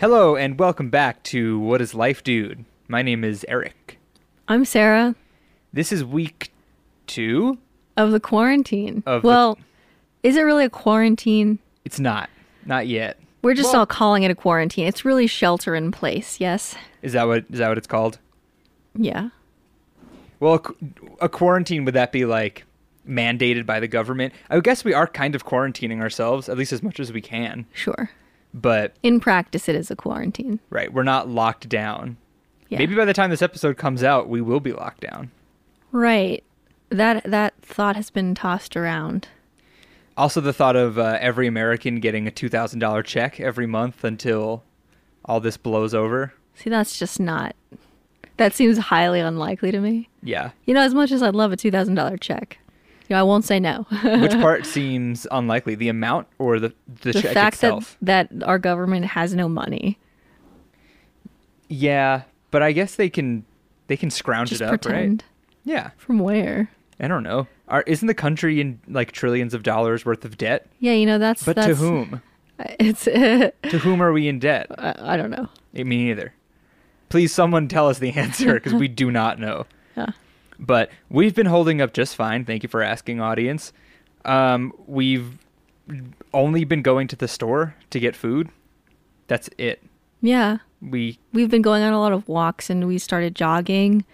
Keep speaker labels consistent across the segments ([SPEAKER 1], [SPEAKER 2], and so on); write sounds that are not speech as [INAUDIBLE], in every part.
[SPEAKER 1] Hello and welcome back to What is Life Dude? My name is Eric.
[SPEAKER 2] I'm Sarah
[SPEAKER 1] This is week two.
[SPEAKER 2] of the quarantine.
[SPEAKER 1] Of the-
[SPEAKER 2] well, is it really a quarantine?
[SPEAKER 1] It's not. Not yet.
[SPEAKER 2] We're just
[SPEAKER 1] Well-
[SPEAKER 2] all calling it a quarantine. It's really shelter in place. Yes.
[SPEAKER 1] Is that what is that what it's called?
[SPEAKER 2] Yeah.
[SPEAKER 1] Well, a, qu- a quarantine would that be like mandated by the government? I guess we are kind of quarantining ourselves, at least as much as we can.
[SPEAKER 2] Sure.
[SPEAKER 1] But
[SPEAKER 2] In practice, it is a quarantine.
[SPEAKER 1] right, we're not locked down.
[SPEAKER 2] Yeah.
[SPEAKER 1] Maybe by the time this episode comes out, we will be locked down.
[SPEAKER 2] Right. That that thought has been tossed around.
[SPEAKER 1] Also, the thought of uh, every American getting a two thousand dollar check every month until all this blows over.
[SPEAKER 2] See, that's just not. That seems highly unlikely to me.
[SPEAKER 1] Yeah.
[SPEAKER 2] You know, as much as I'd love a two thousand dollar check, you know, I won't say no. [LAUGHS]
[SPEAKER 1] Which part seems unlikely? The amount or the the,
[SPEAKER 2] the
[SPEAKER 1] check
[SPEAKER 2] fact
[SPEAKER 1] itself?
[SPEAKER 2] that that our government has no money,
[SPEAKER 1] Yeah, but I guess they can they can scrounge
[SPEAKER 2] just
[SPEAKER 1] it up,
[SPEAKER 2] pretend
[SPEAKER 1] right? Yeah,
[SPEAKER 2] from where.
[SPEAKER 1] I don't know. Are, isn't the country in like trillions of dollars worth of debt?
[SPEAKER 2] Yeah, you know that's
[SPEAKER 1] But
[SPEAKER 2] that's
[SPEAKER 1] to whom?
[SPEAKER 2] [LAUGHS] it's I,
[SPEAKER 1] To whom are we in debt?
[SPEAKER 2] I don't know.
[SPEAKER 1] Eh, Me neither. Please, someone tell us the answer because we do not know.
[SPEAKER 2] Yeah.
[SPEAKER 1] But we've been holding up just fine. Thank you for asking, audience. Um, we've only been going to the store to get food. That's it.
[SPEAKER 2] Yeah,
[SPEAKER 1] We
[SPEAKER 2] we've been going on a lot of walks and we started jogging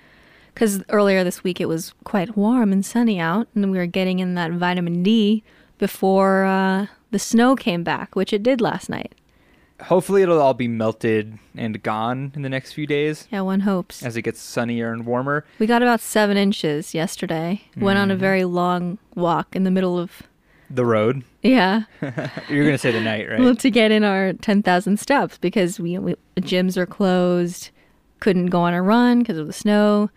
[SPEAKER 2] cuz earlier this week it was quite warm and sunny out and we were getting in that vitamin D before uh, the snow came back, which it did last night.
[SPEAKER 1] hopefully it'll all be melted and gone in the next few days
[SPEAKER 2] Yeah, one hopes.
[SPEAKER 1] as it gets sunnier and warmer.
[SPEAKER 2] We got about 7 inches yesterday. Went on a very long walk in the middle of
[SPEAKER 1] The road. [LAUGHS]
[SPEAKER 2] yeah,
[SPEAKER 1] You're gonna say the night,
[SPEAKER 2] well, [LAUGHS]
[SPEAKER 1] right?
[SPEAKER 2] to get in our 10,000 steps because we, we the gyms are closed, couldn't go on a run because of the snow.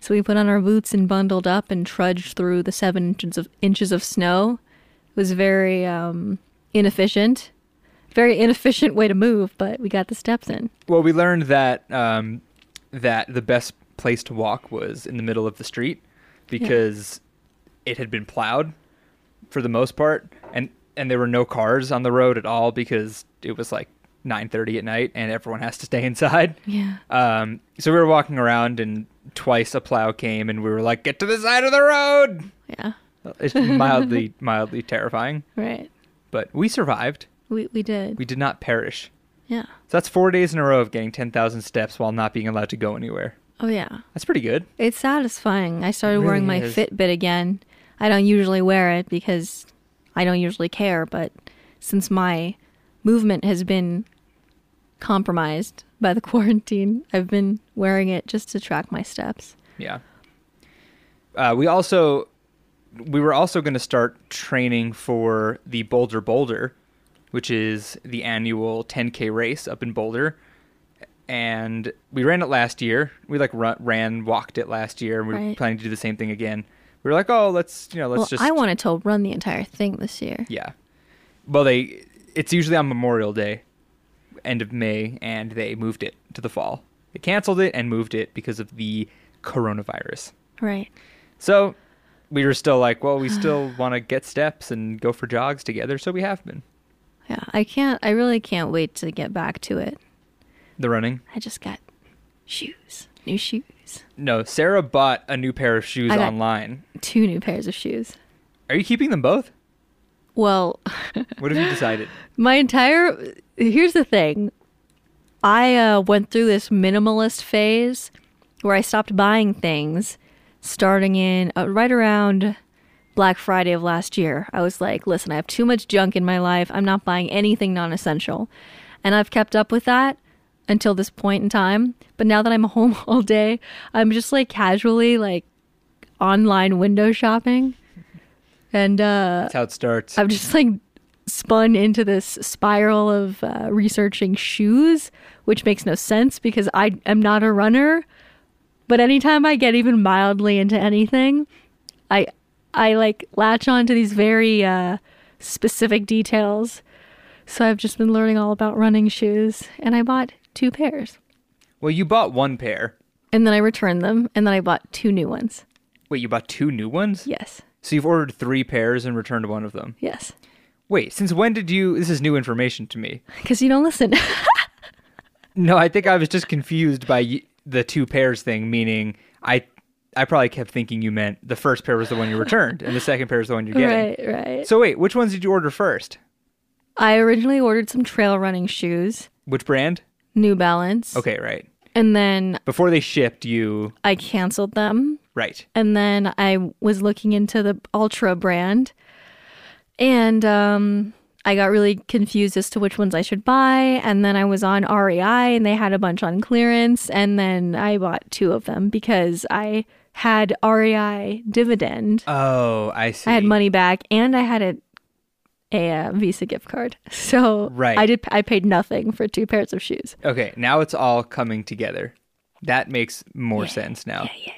[SPEAKER 2] So we put on our boots and bundled up and trudged through the seven inches of inches of snow. It was very um, inefficient, very inefficient way to move, but we got the steps in.
[SPEAKER 1] Well, we learned that um, that the best place to walk was in the middle of the street because it had been plowed for the most part, and and there were no cars on the road at all because it was like 9:30 at night and everyone has to [LAUGHS] stay inside.
[SPEAKER 2] Yeah,
[SPEAKER 1] Um, so we were walking around and twice a plow came and we were like, "Get to the side of the road!"
[SPEAKER 2] yeah,
[SPEAKER 1] It's mildly [LAUGHS] mildly terrifying,
[SPEAKER 2] right.
[SPEAKER 1] but we survived.
[SPEAKER 2] We we did.
[SPEAKER 1] We did not perish.
[SPEAKER 2] yeah.
[SPEAKER 1] So that's 4 days in a row of getting 10,000 steps while not being allowed to go anywhere.
[SPEAKER 2] Oh yeah.
[SPEAKER 1] That's pretty good.
[SPEAKER 2] It's satisfying. I started
[SPEAKER 1] really
[SPEAKER 2] wearing my
[SPEAKER 1] is.
[SPEAKER 2] Fitbit again. I don't usually wear it because I don't usually care, but since my movement has been compromised by the [LAUGHS] quarantine, I've been wearing it just to track my steps.
[SPEAKER 1] Yeah. Uh, we also we were also going to start training for the Boulder Boulder, which is the annual 10k race up in Boulder. And we ran it last year. We like run, ran, walked it last year, and we were
[SPEAKER 2] Right.
[SPEAKER 1] planning to do the same thing again. We were like, oh, let's you know, let's
[SPEAKER 2] well,
[SPEAKER 1] just
[SPEAKER 2] I wanted to run the entire thing this year.
[SPEAKER 1] Yeah. Well, they it's usually on Memorial Day, end of May, and they moved it to the fall. They canceled it and moved it because of the coronavirus.
[SPEAKER 2] Right.
[SPEAKER 1] So we were still like, well, we still want to get steps and go for jogs together, so we have been.
[SPEAKER 2] Yeah. I can't I really can't wait to get back to it.
[SPEAKER 1] The running.
[SPEAKER 2] I just got shoes. New shoes.
[SPEAKER 1] No, Sarah bought a new pair of shoes
[SPEAKER 2] I got-
[SPEAKER 1] online.
[SPEAKER 2] Two new pairs of shoes.
[SPEAKER 1] Are you keeping them both?
[SPEAKER 2] Well, [LAUGHS]
[SPEAKER 1] What have you decided?
[SPEAKER 2] My entire here's the thing. I uh, went through this minimalist phase where I stopped buying things starting in uh, right around Black Friday of last year. I was like, listen, I have too much junk in my life. I'm not buying anything non essential. And I've kept up with that until this point in time. But now that I'm [LAUGHS] home all day, I'm just like casually like online window shopping. And uh,
[SPEAKER 1] That's how it starts.
[SPEAKER 2] I've just like spun into this spiral of uh, researching shoes, which makes no sense because I am not a runner. But anytime I get even mildly into anything, I I like latch on to these very uh, specific details. So I've just been learning all about running shoes, and I bought two pairs,
[SPEAKER 1] Well, you bought one pair.
[SPEAKER 2] and then I returned them, and then I bought two new ones.
[SPEAKER 1] Wait, you bought two new ones?
[SPEAKER 2] Yes,
[SPEAKER 1] So you've ordered three pairs and returned one of them.
[SPEAKER 2] yes,
[SPEAKER 1] Wait, since when did you? This is new information to me.
[SPEAKER 2] [LAUGHS] because you don't listen.
[SPEAKER 1] No, I think I was just confused by y- the two pairs thing, meaning I I probably kept thinking you meant the first pair was the one you returned and the second pair is the one you're getting.
[SPEAKER 2] Right, right.
[SPEAKER 1] So wait, which ones did you order first?
[SPEAKER 2] I originally ordered some trail running shoes,
[SPEAKER 1] Which brand?
[SPEAKER 2] New Balance.
[SPEAKER 1] Okay, right.
[SPEAKER 2] And then
[SPEAKER 1] Before they shipped you,
[SPEAKER 2] I canceled them.
[SPEAKER 1] right.
[SPEAKER 2] And then I was looking into the Ultra brand. And um, I got really confused as to which ones I should buy. And then I was on REI and they had a bunch on clearance. And then I bought two of them because I had REI dividend.
[SPEAKER 1] Oh, I see.
[SPEAKER 2] I had money back and I had a, a, uh Visa gift card. [LAUGHS] So
[SPEAKER 1] Right.
[SPEAKER 2] I did I paid nothing for two pairs of shoes.
[SPEAKER 1] Okay, now it's all coming together. That makes more sense now. Yeah, yeah,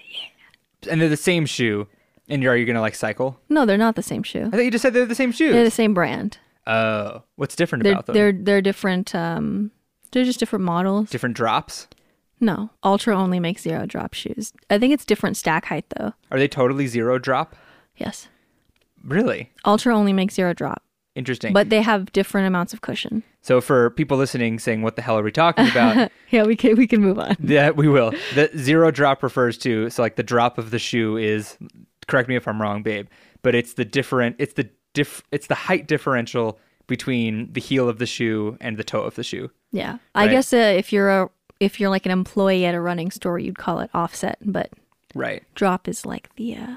[SPEAKER 1] yeah. And they're the same shoe, and you're, are you going to like cycle?
[SPEAKER 2] No, they're not the same shoe.
[SPEAKER 1] I thought you just said they're the same
[SPEAKER 2] They're the
[SPEAKER 1] shoes.
[SPEAKER 2] same brand.
[SPEAKER 1] Oh, what's different
[SPEAKER 2] They're
[SPEAKER 1] about them?
[SPEAKER 2] they're they're different um they're just different models.
[SPEAKER 1] different drops?
[SPEAKER 2] No, Ultra only makes zero drop shoes. I think it's different stack height though.
[SPEAKER 1] Are they totally zero drop?
[SPEAKER 2] Yes.
[SPEAKER 1] Really
[SPEAKER 2] Ultra only makes zero drop,
[SPEAKER 1] interesting.
[SPEAKER 2] but they have different amounts of cushion.
[SPEAKER 1] so for people listening, saying what the hell are we talking
[SPEAKER 2] [LAUGHS]
[SPEAKER 1] about?
[SPEAKER 2] Yeah, we can we can move on.
[SPEAKER 1] yeah, we will. The zero drop refers to so like the drop of the shoe is. Correct me if I'm wrong, babe, but it's the different. It's the diff. It's the height differential between the heel of the shoe and the toe of the shoe.
[SPEAKER 2] Yeah. I
[SPEAKER 1] Right.
[SPEAKER 2] guess uh, if you're a if you're like an employee at a running store, you'd call it offset, but
[SPEAKER 1] Right.
[SPEAKER 2] drop is like the uh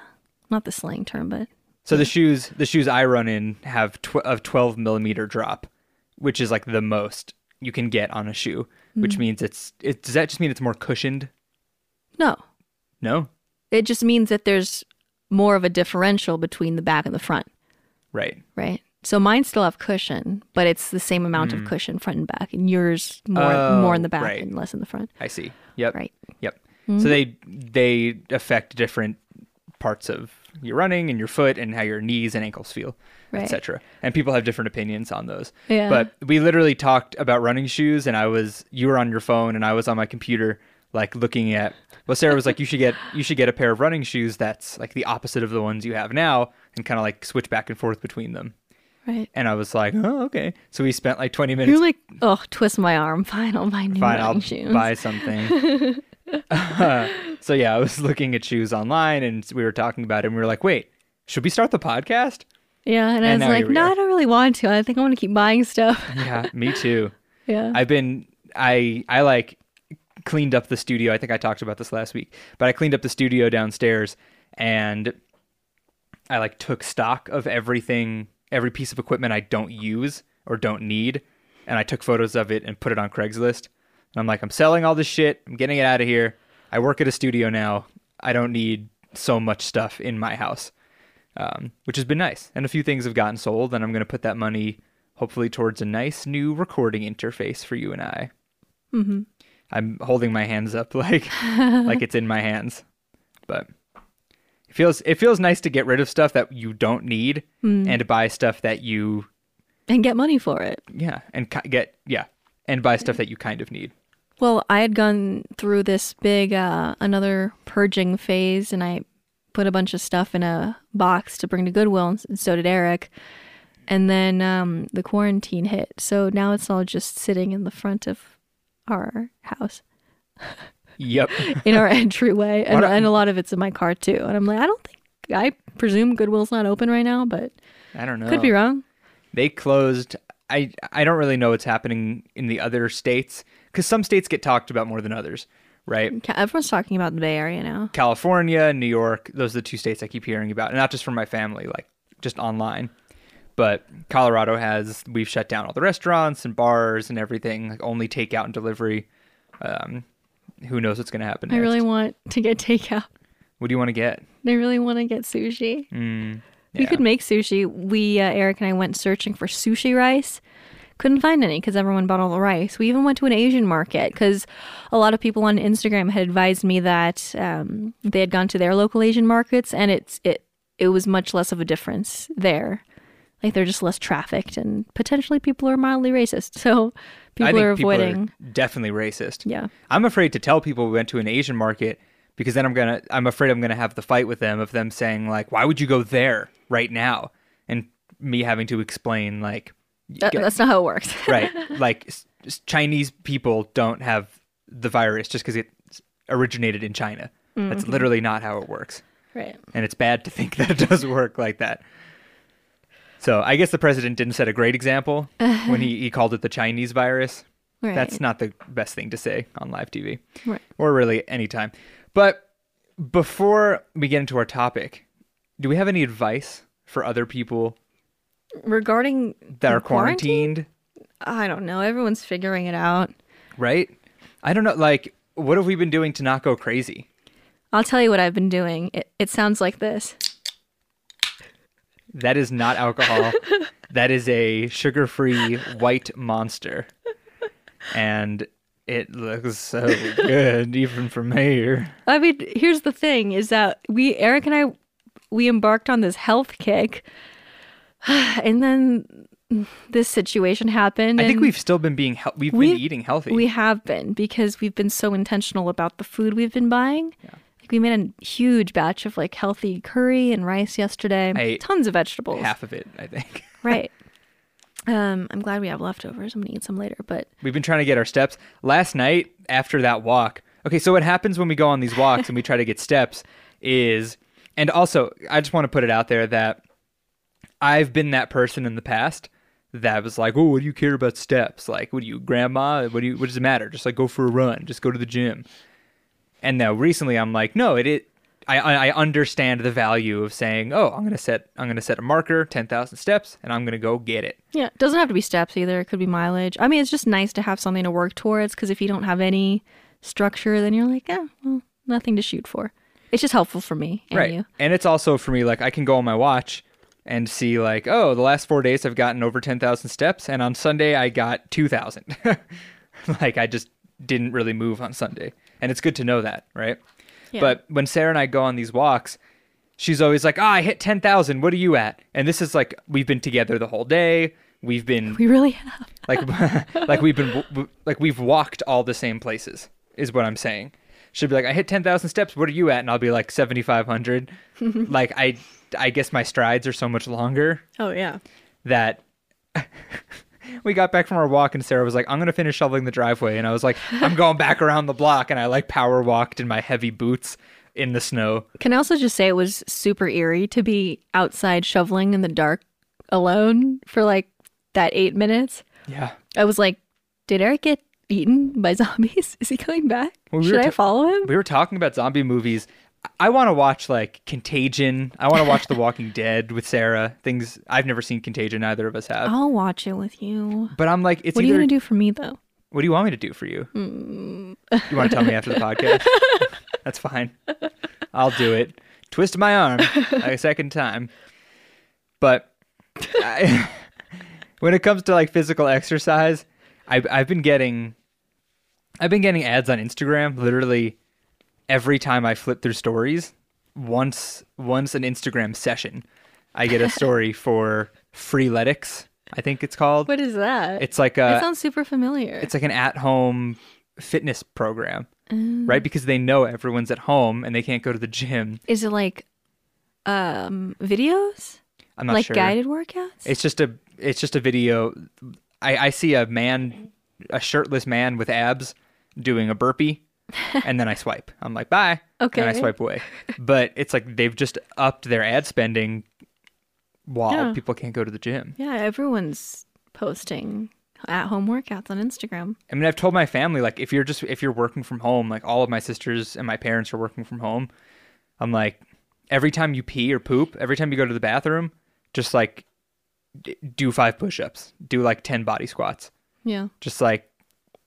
[SPEAKER 2] not the slang term, but
[SPEAKER 1] So the shoes, the shoes I run in have tw- of 12 millimeter drop, which is like the most you can get on a shoe. Which means it's it. Does that just mean it's more cushioned?
[SPEAKER 2] no.
[SPEAKER 1] No.
[SPEAKER 2] It just means that there's more of a differential between the back and the front.
[SPEAKER 1] Right.
[SPEAKER 2] Right. So mine still have cushion, but it's the same amount of cushion front and back, and yours more more in
[SPEAKER 1] Mm. Oh,
[SPEAKER 2] the back
[SPEAKER 1] right.
[SPEAKER 2] and less in the front.
[SPEAKER 1] I see. Yep.
[SPEAKER 2] Right.
[SPEAKER 1] Yep. So
[SPEAKER 2] Mm-hmm.
[SPEAKER 1] they they affect different parts of your running and your foot and how your knees and ankles feel,
[SPEAKER 2] Right.
[SPEAKER 1] etc. And people have different opinions on those.
[SPEAKER 2] Yeah.
[SPEAKER 1] But we literally talked about running shoes, and I was you were on your phone, and I was on my computer, like looking at. Well, Sarah was like, "You should get you should get a pair of running shoes that's like the opposite of the ones you have now, and kind of like switch back and forth between them."
[SPEAKER 2] Right.
[SPEAKER 1] And I was like, "Oh, okay." So we spent like twenty minutes
[SPEAKER 2] You're like, oh, twist my arm. Fine, I'll buy new
[SPEAKER 1] fine, [LAUGHS]
[SPEAKER 2] running
[SPEAKER 1] I'll
[SPEAKER 2] shoes.
[SPEAKER 1] buy something. [LAUGHS] so yeah, I was looking at shoes online, and we were talking about it, and we were like, "Wait, should we start the podcast?"
[SPEAKER 2] Yeah, and, I
[SPEAKER 1] And
[SPEAKER 2] was
[SPEAKER 1] now
[SPEAKER 2] like,
[SPEAKER 1] here we
[SPEAKER 2] no,
[SPEAKER 1] are.
[SPEAKER 2] I don't really want to. I think I want to keep buying stuff. [LAUGHS]
[SPEAKER 1] Yeah, [LAUGHS] me too.
[SPEAKER 2] yeah.
[SPEAKER 1] I've been, I, I like cleaned up the studio. I think I talked about this last week, but I cleaned up the studio downstairs, and I like took stock of everything, every piece of equipment I don't use or don't need, and I took photos of it and put it on Craigslist. And I'm like, I'm selling all this shit. I'm getting it out of here. I work at a studio now. I don't need so much stuff in my house, um, which has been nice. And a few things have gotten sold, and I'm going to put that money hopefully towards a nice new recording interface for you and I. Mm-hmm. I'm holding my hands up [LAUGHS] like like it's in my hands, but it feels it feels nice to get rid of stuff that you don't need
[SPEAKER 2] Mm.
[SPEAKER 1] and to buy stuff that you
[SPEAKER 2] and get money for it.
[SPEAKER 1] yeah and ki- get yeah and buy stuff that you kind of need.
[SPEAKER 2] Well, I had gone through this big uh, another purging phase, and I put a bunch of stuff in a box to bring to Goodwill, and so did Eric. And then um, the quarantine hit, so now it's all just sitting in the front of our house
[SPEAKER 1] Yep.
[SPEAKER 2] in our entryway, and,
[SPEAKER 1] Why don't-
[SPEAKER 2] and a lot of it's in my car too. And I'm like, I don't think I presume Goodwill's not open right now, but
[SPEAKER 1] I don't know.
[SPEAKER 2] could be wrong.
[SPEAKER 1] They closed I I don't really know what's happening in the other states cuz some states get talked about more than others, right?
[SPEAKER 2] Ca- Everyone's talking about the Bay Area now.
[SPEAKER 1] California, New York, those are the two states I keep hearing about, and not just from my family, like just online. But Colorado has we've shut down all the restaurants and bars and everything, like only takeout and delivery. Um, who knows what's going to happen
[SPEAKER 2] I
[SPEAKER 1] next?
[SPEAKER 2] really want to get [LAUGHS] takeout.
[SPEAKER 1] what do you want to get?
[SPEAKER 2] I really want to get sushi.
[SPEAKER 1] Mm,
[SPEAKER 2] We
[SPEAKER 1] yeah.
[SPEAKER 2] could make sushi. We, uh, Eric and I, went searching for sushi rice. Couldn't find any because everyone bought all the rice. We even went to an Asian market because a lot of people on Instagram had advised me that um, they had gone to their local Asian markets and it's it it was much less of a difference there. Like they're just less trafficked and potentially people are mildly racist, [LAUGHS] so
[SPEAKER 1] I
[SPEAKER 2] people
[SPEAKER 1] think
[SPEAKER 2] are avoiding.
[SPEAKER 1] People are definitely racist.
[SPEAKER 2] Yeah.
[SPEAKER 1] I'm afraid to tell people we went to an Asian market because then I'm gonna I'm afraid I'm gonna have the fight with them of them saying like why would you go there right now and me having to explain like
[SPEAKER 2] That- that's not how it works. [LAUGHS]
[SPEAKER 1] right like s- just Chinese people don't have the virus just because it originated in China. That's
[SPEAKER 2] Mm-hmm.
[SPEAKER 1] literally not how it works.
[SPEAKER 2] Right.
[SPEAKER 1] And it's bad to think [LAUGHS] that it does work like that. So I guess the president didn't set a great
[SPEAKER 2] [LAUGHS]
[SPEAKER 1] example when he, he called it the Chinese virus.
[SPEAKER 2] Right.
[SPEAKER 1] That's not the best thing to say on live TV
[SPEAKER 2] right.
[SPEAKER 1] or really any time. But before we get into our topic, do we have any advice for other people
[SPEAKER 2] Regarding
[SPEAKER 1] that are
[SPEAKER 2] quarantine?
[SPEAKER 1] quarantined?
[SPEAKER 2] I don't know. Everyone's figuring it out.
[SPEAKER 1] Right? I don't know. Like, what have we been doing to not go crazy?
[SPEAKER 2] I'll tell you what I've been doing. It, it sounds like this.
[SPEAKER 1] That is not
[SPEAKER 2] [LAUGHS]
[SPEAKER 1] alcohol. that is a sugar free white monster. And it looks so good, even from here.
[SPEAKER 2] I mean, here's the thing is that we, Eric and I, we embarked on this health kick. [SIGHS] And then this situation happened.
[SPEAKER 1] I think
[SPEAKER 2] and
[SPEAKER 1] we've still been being hel- we've
[SPEAKER 2] we-
[SPEAKER 1] been eating healthy.
[SPEAKER 2] We have been because we've been so intentional about the food we've been buying. Like we made a huge batch of like healthy curry and rice yesterday.
[SPEAKER 1] I ate
[SPEAKER 2] Tons of vegetables.
[SPEAKER 1] Half of it, I think.
[SPEAKER 2] Right. [LAUGHS] Um, I'm glad we have leftovers. I'm gonna eat some later, but
[SPEAKER 1] We've been trying to get our steps. Last night, after that walk, okay, so what happens when we go on these walks and we try to get steps is, and also, I just want to put it out there that I've been that person in the past that was like, oh, what do you care about steps? Like, what do you, grandma? What do you, what does it matter? Just like go for a run, just go to the gym. And now recently, I'm like, no, it. it I, I I understand the value of saying, oh, I'm gonna set I'm gonna set a marker, ten thousand steps, and I'm gonna go get it.
[SPEAKER 2] yeah, it doesn't have to be steps either. It could be mileage. I mean, it's just nice to have something to work towards because if you don't have any structure, then you're like, yeah, well, nothing to shoot for. It's just helpful for me and
[SPEAKER 1] right.
[SPEAKER 2] you.
[SPEAKER 1] And it's also for me like I can go on my watch and see like, oh, the last four days I've gotten over ten thousand steps, and on Sunday I got two thousand. [LAUGHS] like I just didn't really move on Sunday, and it's good to know that, right?
[SPEAKER 2] Yeah.
[SPEAKER 1] But when Sarah and I go on these walks, she's always like, "Ah, I hit ten thousand. What are you at?" And this is like we've been together the whole day. We've been
[SPEAKER 2] We really have.
[SPEAKER 1] like [LAUGHS] like we've been like we've walked all the same places is what i'm saying she'll be like i hit 10000 steps what are you at and i'll be like 7500 like i i guess my strides are so much longer
[SPEAKER 2] Oh yeah.
[SPEAKER 1] that [LAUGHS] we got back from our walk and sarah was like i'm gonna finish shoveling the driveway and i was like i'm going back around the block and i like power walked in my heavy boots in the snow
[SPEAKER 2] Can I also just say it was super eerie to be outside shoveling in the dark alone for like that eight minutes?
[SPEAKER 1] yeah
[SPEAKER 2] I was like, did Eric get eaten by [LAUGHS] zombies? Is he coming back?
[SPEAKER 1] Well, we were
[SPEAKER 2] Should I
[SPEAKER 1] ta-
[SPEAKER 2] follow him?
[SPEAKER 1] we were talking about zombie movies. I want to watch like Contagion. I want to watch The Walking Dead with Sarah. Things I've never seen Contagion. Either of us have.
[SPEAKER 2] I'll watch it with you.
[SPEAKER 1] But I'm like, it's
[SPEAKER 2] Oh. What are you
[SPEAKER 1] either.
[SPEAKER 2] going to do for me though?
[SPEAKER 1] What do you want me to do for you? You want to tell me after the podcast? That's fine. I'll do it. Twist my arm a second time. But I, [LAUGHS] when it comes to like physical exercise, I've, I've been getting, I've been getting ads on Instagram literally every time I flip through stories. Once, once an Instagram session, I get a story for Freeletics. I think it's called.
[SPEAKER 2] What is that?
[SPEAKER 1] It's uh, like a
[SPEAKER 2] that sounds super familiar.
[SPEAKER 1] it's like an at-home fitness program
[SPEAKER 2] Oh. Mm-hmm.
[SPEAKER 1] right because they know everyone's at home and they can't go to the gym
[SPEAKER 2] is it like um videos?
[SPEAKER 1] i'm not
[SPEAKER 2] like
[SPEAKER 1] sure
[SPEAKER 2] guided workouts?
[SPEAKER 1] it's just a it's just a video I, I see a man a shirtless man with abs doing a
[SPEAKER 2] [LAUGHS]
[SPEAKER 1] burpee and then i swipe i'm like bye and i
[SPEAKER 2] Okay.
[SPEAKER 1] swipe away but it's like they've just upped their ad spending while
[SPEAKER 2] Yeah.
[SPEAKER 1] people can't go to the gym
[SPEAKER 2] yeah, everyone's posting at-home workouts on Instagram.
[SPEAKER 1] I mean, I've told my family like if you're just if you're working from home, like all of my sisters and my parents are working from home. I'm like, every time you pee or poop, every time you go to the bathroom, just like d- do five push-ups, do like ten body squats,
[SPEAKER 2] Yeah.
[SPEAKER 1] just like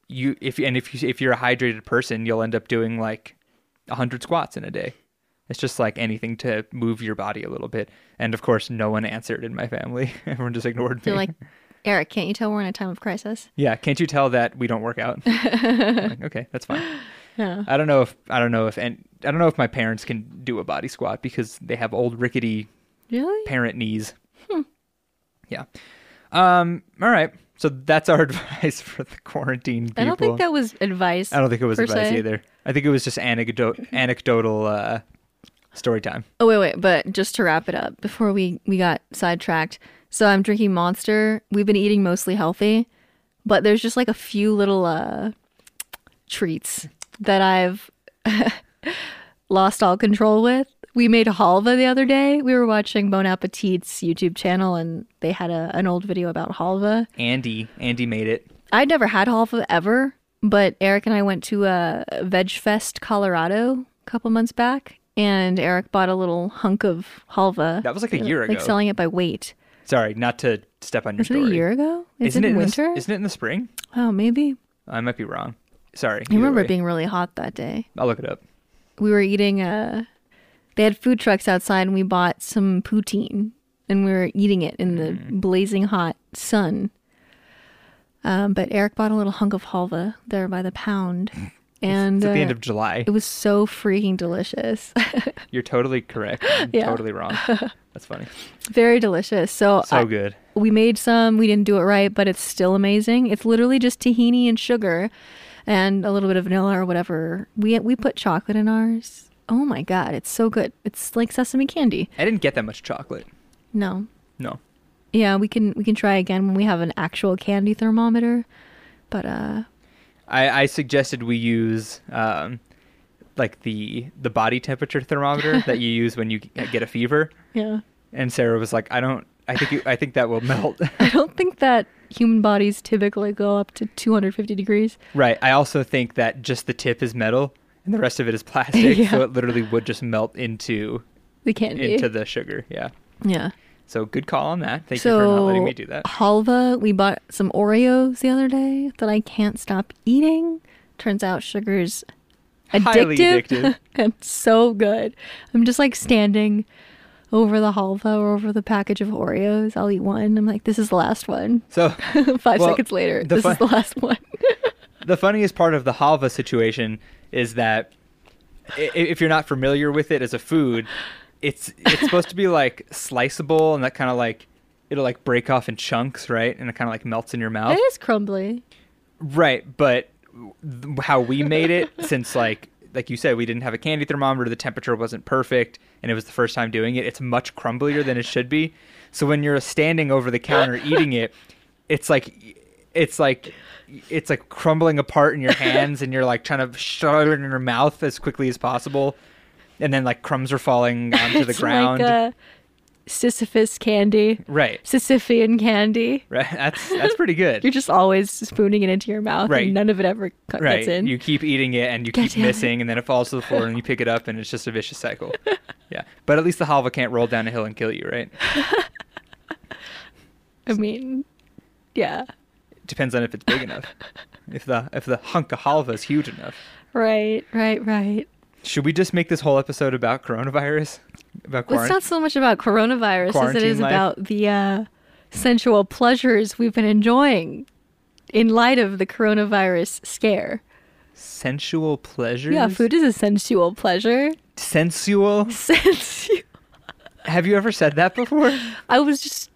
[SPEAKER 1] you if and if you if you're a hydrated person, you'll end up doing like hundred squats in a day. It's just like anything to move your body a little bit. And of course, no one answered in my family. [LAUGHS] Everyone just ignored me.
[SPEAKER 2] They're like, Eric, can't you tell we're in a time of crisis?
[SPEAKER 1] Yeah, can't you tell that we don't work
[SPEAKER 2] [LAUGHS]
[SPEAKER 1] out? I'm like, okay, that's fine.
[SPEAKER 2] Yeah.
[SPEAKER 1] I don't know if I don't know if and I don't know if my parents can do a body squat because they have old rickety
[SPEAKER 2] Really?
[SPEAKER 1] parent knees.
[SPEAKER 2] Hmm.
[SPEAKER 1] Yeah. Um. All right. So that's our [LAUGHS] advice for the quarantine people.
[SPEAKER 2] I don't think that was advice.
[SPEAKER 1] I don't think it was
[SPEAKER 2] per
[SPEAKER 1] advice
[SPEAKER 2] se.
[SPEAKER 1] either. I think it was just
[SPEAKER 2] [LAUGHS]
[SPEAKER 1] anecdote anecdotal uh, story time.
[SPEAKER 2] Oh wait, wait, but just to wrap it up before we we got sidetracked. So I'm drinking Monster. We've been eating mostly healthy. but there's just like a few little uh, treats that I've [LAUGHS] lost all control with. We made halva the other day. We were watching Bon Appetit's YouTube channel, and they had a, an old video about halva.
[SPEAKER 1] Andy, Andy made it.
[SPEAKER 2] I'd never had halva ever, but Eric and I went to a Veg Fest, Colorado, a couple months back, and Eric bought a little hunk of halva.
[SPEAKER 1] That was like a year
[SPEAKER 2] like
[SPEAKER 1] ago.
[SPEAKER 2] selling it by weight.
[SPEAKER 1] Sorry, not to step on your
[SPEAKER 2] Was it
[SPEAKER 1] story.
[SPEAKER 2] a year ago? Is
[SPEAKER 1] Isn't
[SPEAKER 2] it,
[SPEAKER 1] it in the s-
[SPEAKER 2] winter?
[SPEAKER 1] isn't it in the spring?
[SPEAKER 2] oh, maybe.
[SPEAKER 1] I might be wrong. Sorry.
[SPEAKER 2] I
[SPEAKER 1] either
[SPEAKER 2] remember
[SPEAKER 1] way.
[SPEAKER 2] it being really hot that day.
[SPEAKER 1] I'll look it up.
[SPEAKER 2] We were eating uh they had food trucks outside and we bought some poutine and we were eating it in the
[SPEAKER 1] Mm.
[SPEAKER 2] blazing hot sun. Um, but Eric bought a little hunk of halva there by the pound. And
[SPEAKER 1] It's at the
[SPEAKER 2] uh,
[SPEAKER 1] end of July.
[SPEAKER 2] it was so freaking delicious. [LAUGHS]
[SPEAKER 1] You're totally correct. I'm
[SPEAKER 2] Yeah.
[SPEAKER 1] Totally
[SPEAKER 2] [LAUGHS]
[SPEAKER 1] wrong. That's funny.
[SPEAKER 2] Very delicious. So,
[SPEAKER 1] So
[SPEAKER 2] I-
[SPEAKER 1] good.
[SPEAKER 2] we made some, we didn't do it right, but it's still amazing. It's literally just tahini and sugar and a little bit of vanilla or whatever. We we put chocolate in ours. Oh my god, it's so good. It's like sesame candy.
[SPEAKER 1] I didn't get that much chocolate.
[SPEAKER 2] No.
[SPEAKER 1] No.
[SPEAKER 2] Yeah, we can we can try again when we have an actual candy thermometer. But uh
[SPEAKER 1] I, I suggested we use um, like the the body temperature
[SPEAKER 2] [LAUGHS]
[SPEAKER 1] thermometer that you use when you get a fever.
[SPEAKER 2] yeah. [LAUGHS]
[SPEAKER 1] And Sarah was like, "I don't. I think you. I think that will melt."
[SPEAKER 2] [LAUGHS] I don't think that human bodies typically go up to 250 degrees.
[SPEAKER 1] [LAUGHS] right. I also think that just the tip is metal and the rest of it is plastic,
[SPEAKER 2] [LAUGHS] Yeah.
[SPEAKER 1] so it literally would just melt into
[SPEAKER 2] The candy.
[SPEAKER 1] into the sugar. Yeah.
[SPEAKER 2] yeah.
[SPEAKER 1] So good call on that. Thank
[SPEAKER 2] so
[SPEAKER 1] you for not letting me do that.
[SPEAKER 2] halva, we bought some Oreos the other day that I can't stop eating. Turns out sugar's
[SPEAKER 1] Highly
[SPEAKER 2] addictive, [LAUGHS]
[SPEAKER 1] addictive.
[SPEAKER 2] and so good. I'm just like standing over the halva or over the package of Oreos. I'll eat one. I'm like, this is the last one. [LAUGHS]
[SPEAKER 1] So [LAUGHS]
[SPEAKER 2] Five
[SPEAKER 1] Well,
[SPEAKER 2] seconds later,
[SPEAKER 1] the
[SPEAKER 2] this is
[SPEAKER 1] fu-
[SPEAKER 2] the
[SPEAKER 1] [LAUGHS]
[SPEAKER 2] last one.
[SPEAKER 1] the funniest part of the halva situation is that i- if you're not familiar with it as a food, it's it's supposed to be like sliceable and that kind of like it'll like break off in chunks, right? And it kind of like melts in your mouth.
[SPEAKER 2] it is crumbly.
[SPEAKER 1] Right, but th- how we made it since like like you said we didn't have a candy thermometer, the temperature wasn't perfect and it was the first time doing it. It's much crumblier than it should be. So when you're standing over the
[SPEAKER 2] [LAUGHS]
[SPEAKER 1] counter eating it, it's like it's like it's like crumbling apart in your hands and you're like trying to shove it in your mouth as quickly as possible. And then like crumbs are falling onto the
[SPEAKER 2] it's
[SPEAKER 1] ground.
[SPEAKER 2] like a Sisyphus candy,
[SPEAKER 1] Right.
[SPEAKER 2] Sisyphean candy.
[SPEAKER 1] Right. That's that's pretty good.
[SPEAKER 2] You're just always spooning it into your mouth,
[SPEAKER 1] Right.
[SPEAKER 2] and none of it ever cu-
[SPEAKER 1] Right.
[SPEAKER 2] gets in.
[SPEAKER 1] You keep eating it and you
[SPEAKER 2] God
[SPEAKER 1] keep
[SPEAKER 2] damn it.
[SPEAKER 1] missing, and then it falls to the floor,
[SPEAKER 2] [LAUGHS]
[SPEAKER 1] and you pick it up, and it's just a vicious cycle. yeah. But at least the halva can't roll down a hill and kill you, right?
[SPEAKER 2] I mean, yeah,
[SPEAKER 1] Depends on if it's big enough. If the if the hunk of halva is huge enough.
[SPEAKER 2] right, right, right.
[SPEAKER 1] Should we just make this whole episode about coronavirus? About
[SPEAKER 2] Well,
[SPEAKER 1] quarantine?
[SPEAKER 2] it's not so much about coronavirus as it
[SPEAKER 1] Quarantine
[SPEAKER 2] is
[SPEAKER 1] life.
[SPEAKER 2] about the uh, sensual pleasures we've been enjoying in light of the coronavirus scare.
[SPEAKER 1] Sensual pleasures.
[SPEAKER 2] Yeah, food is a sensual pleasure. [LAUGHS]
[SPEAKER 1] Sensual.
[SPEAKER 2] Sensual.
[SPEAKER 1] Have you ever said that before?
[SPEAKER 2] I was just,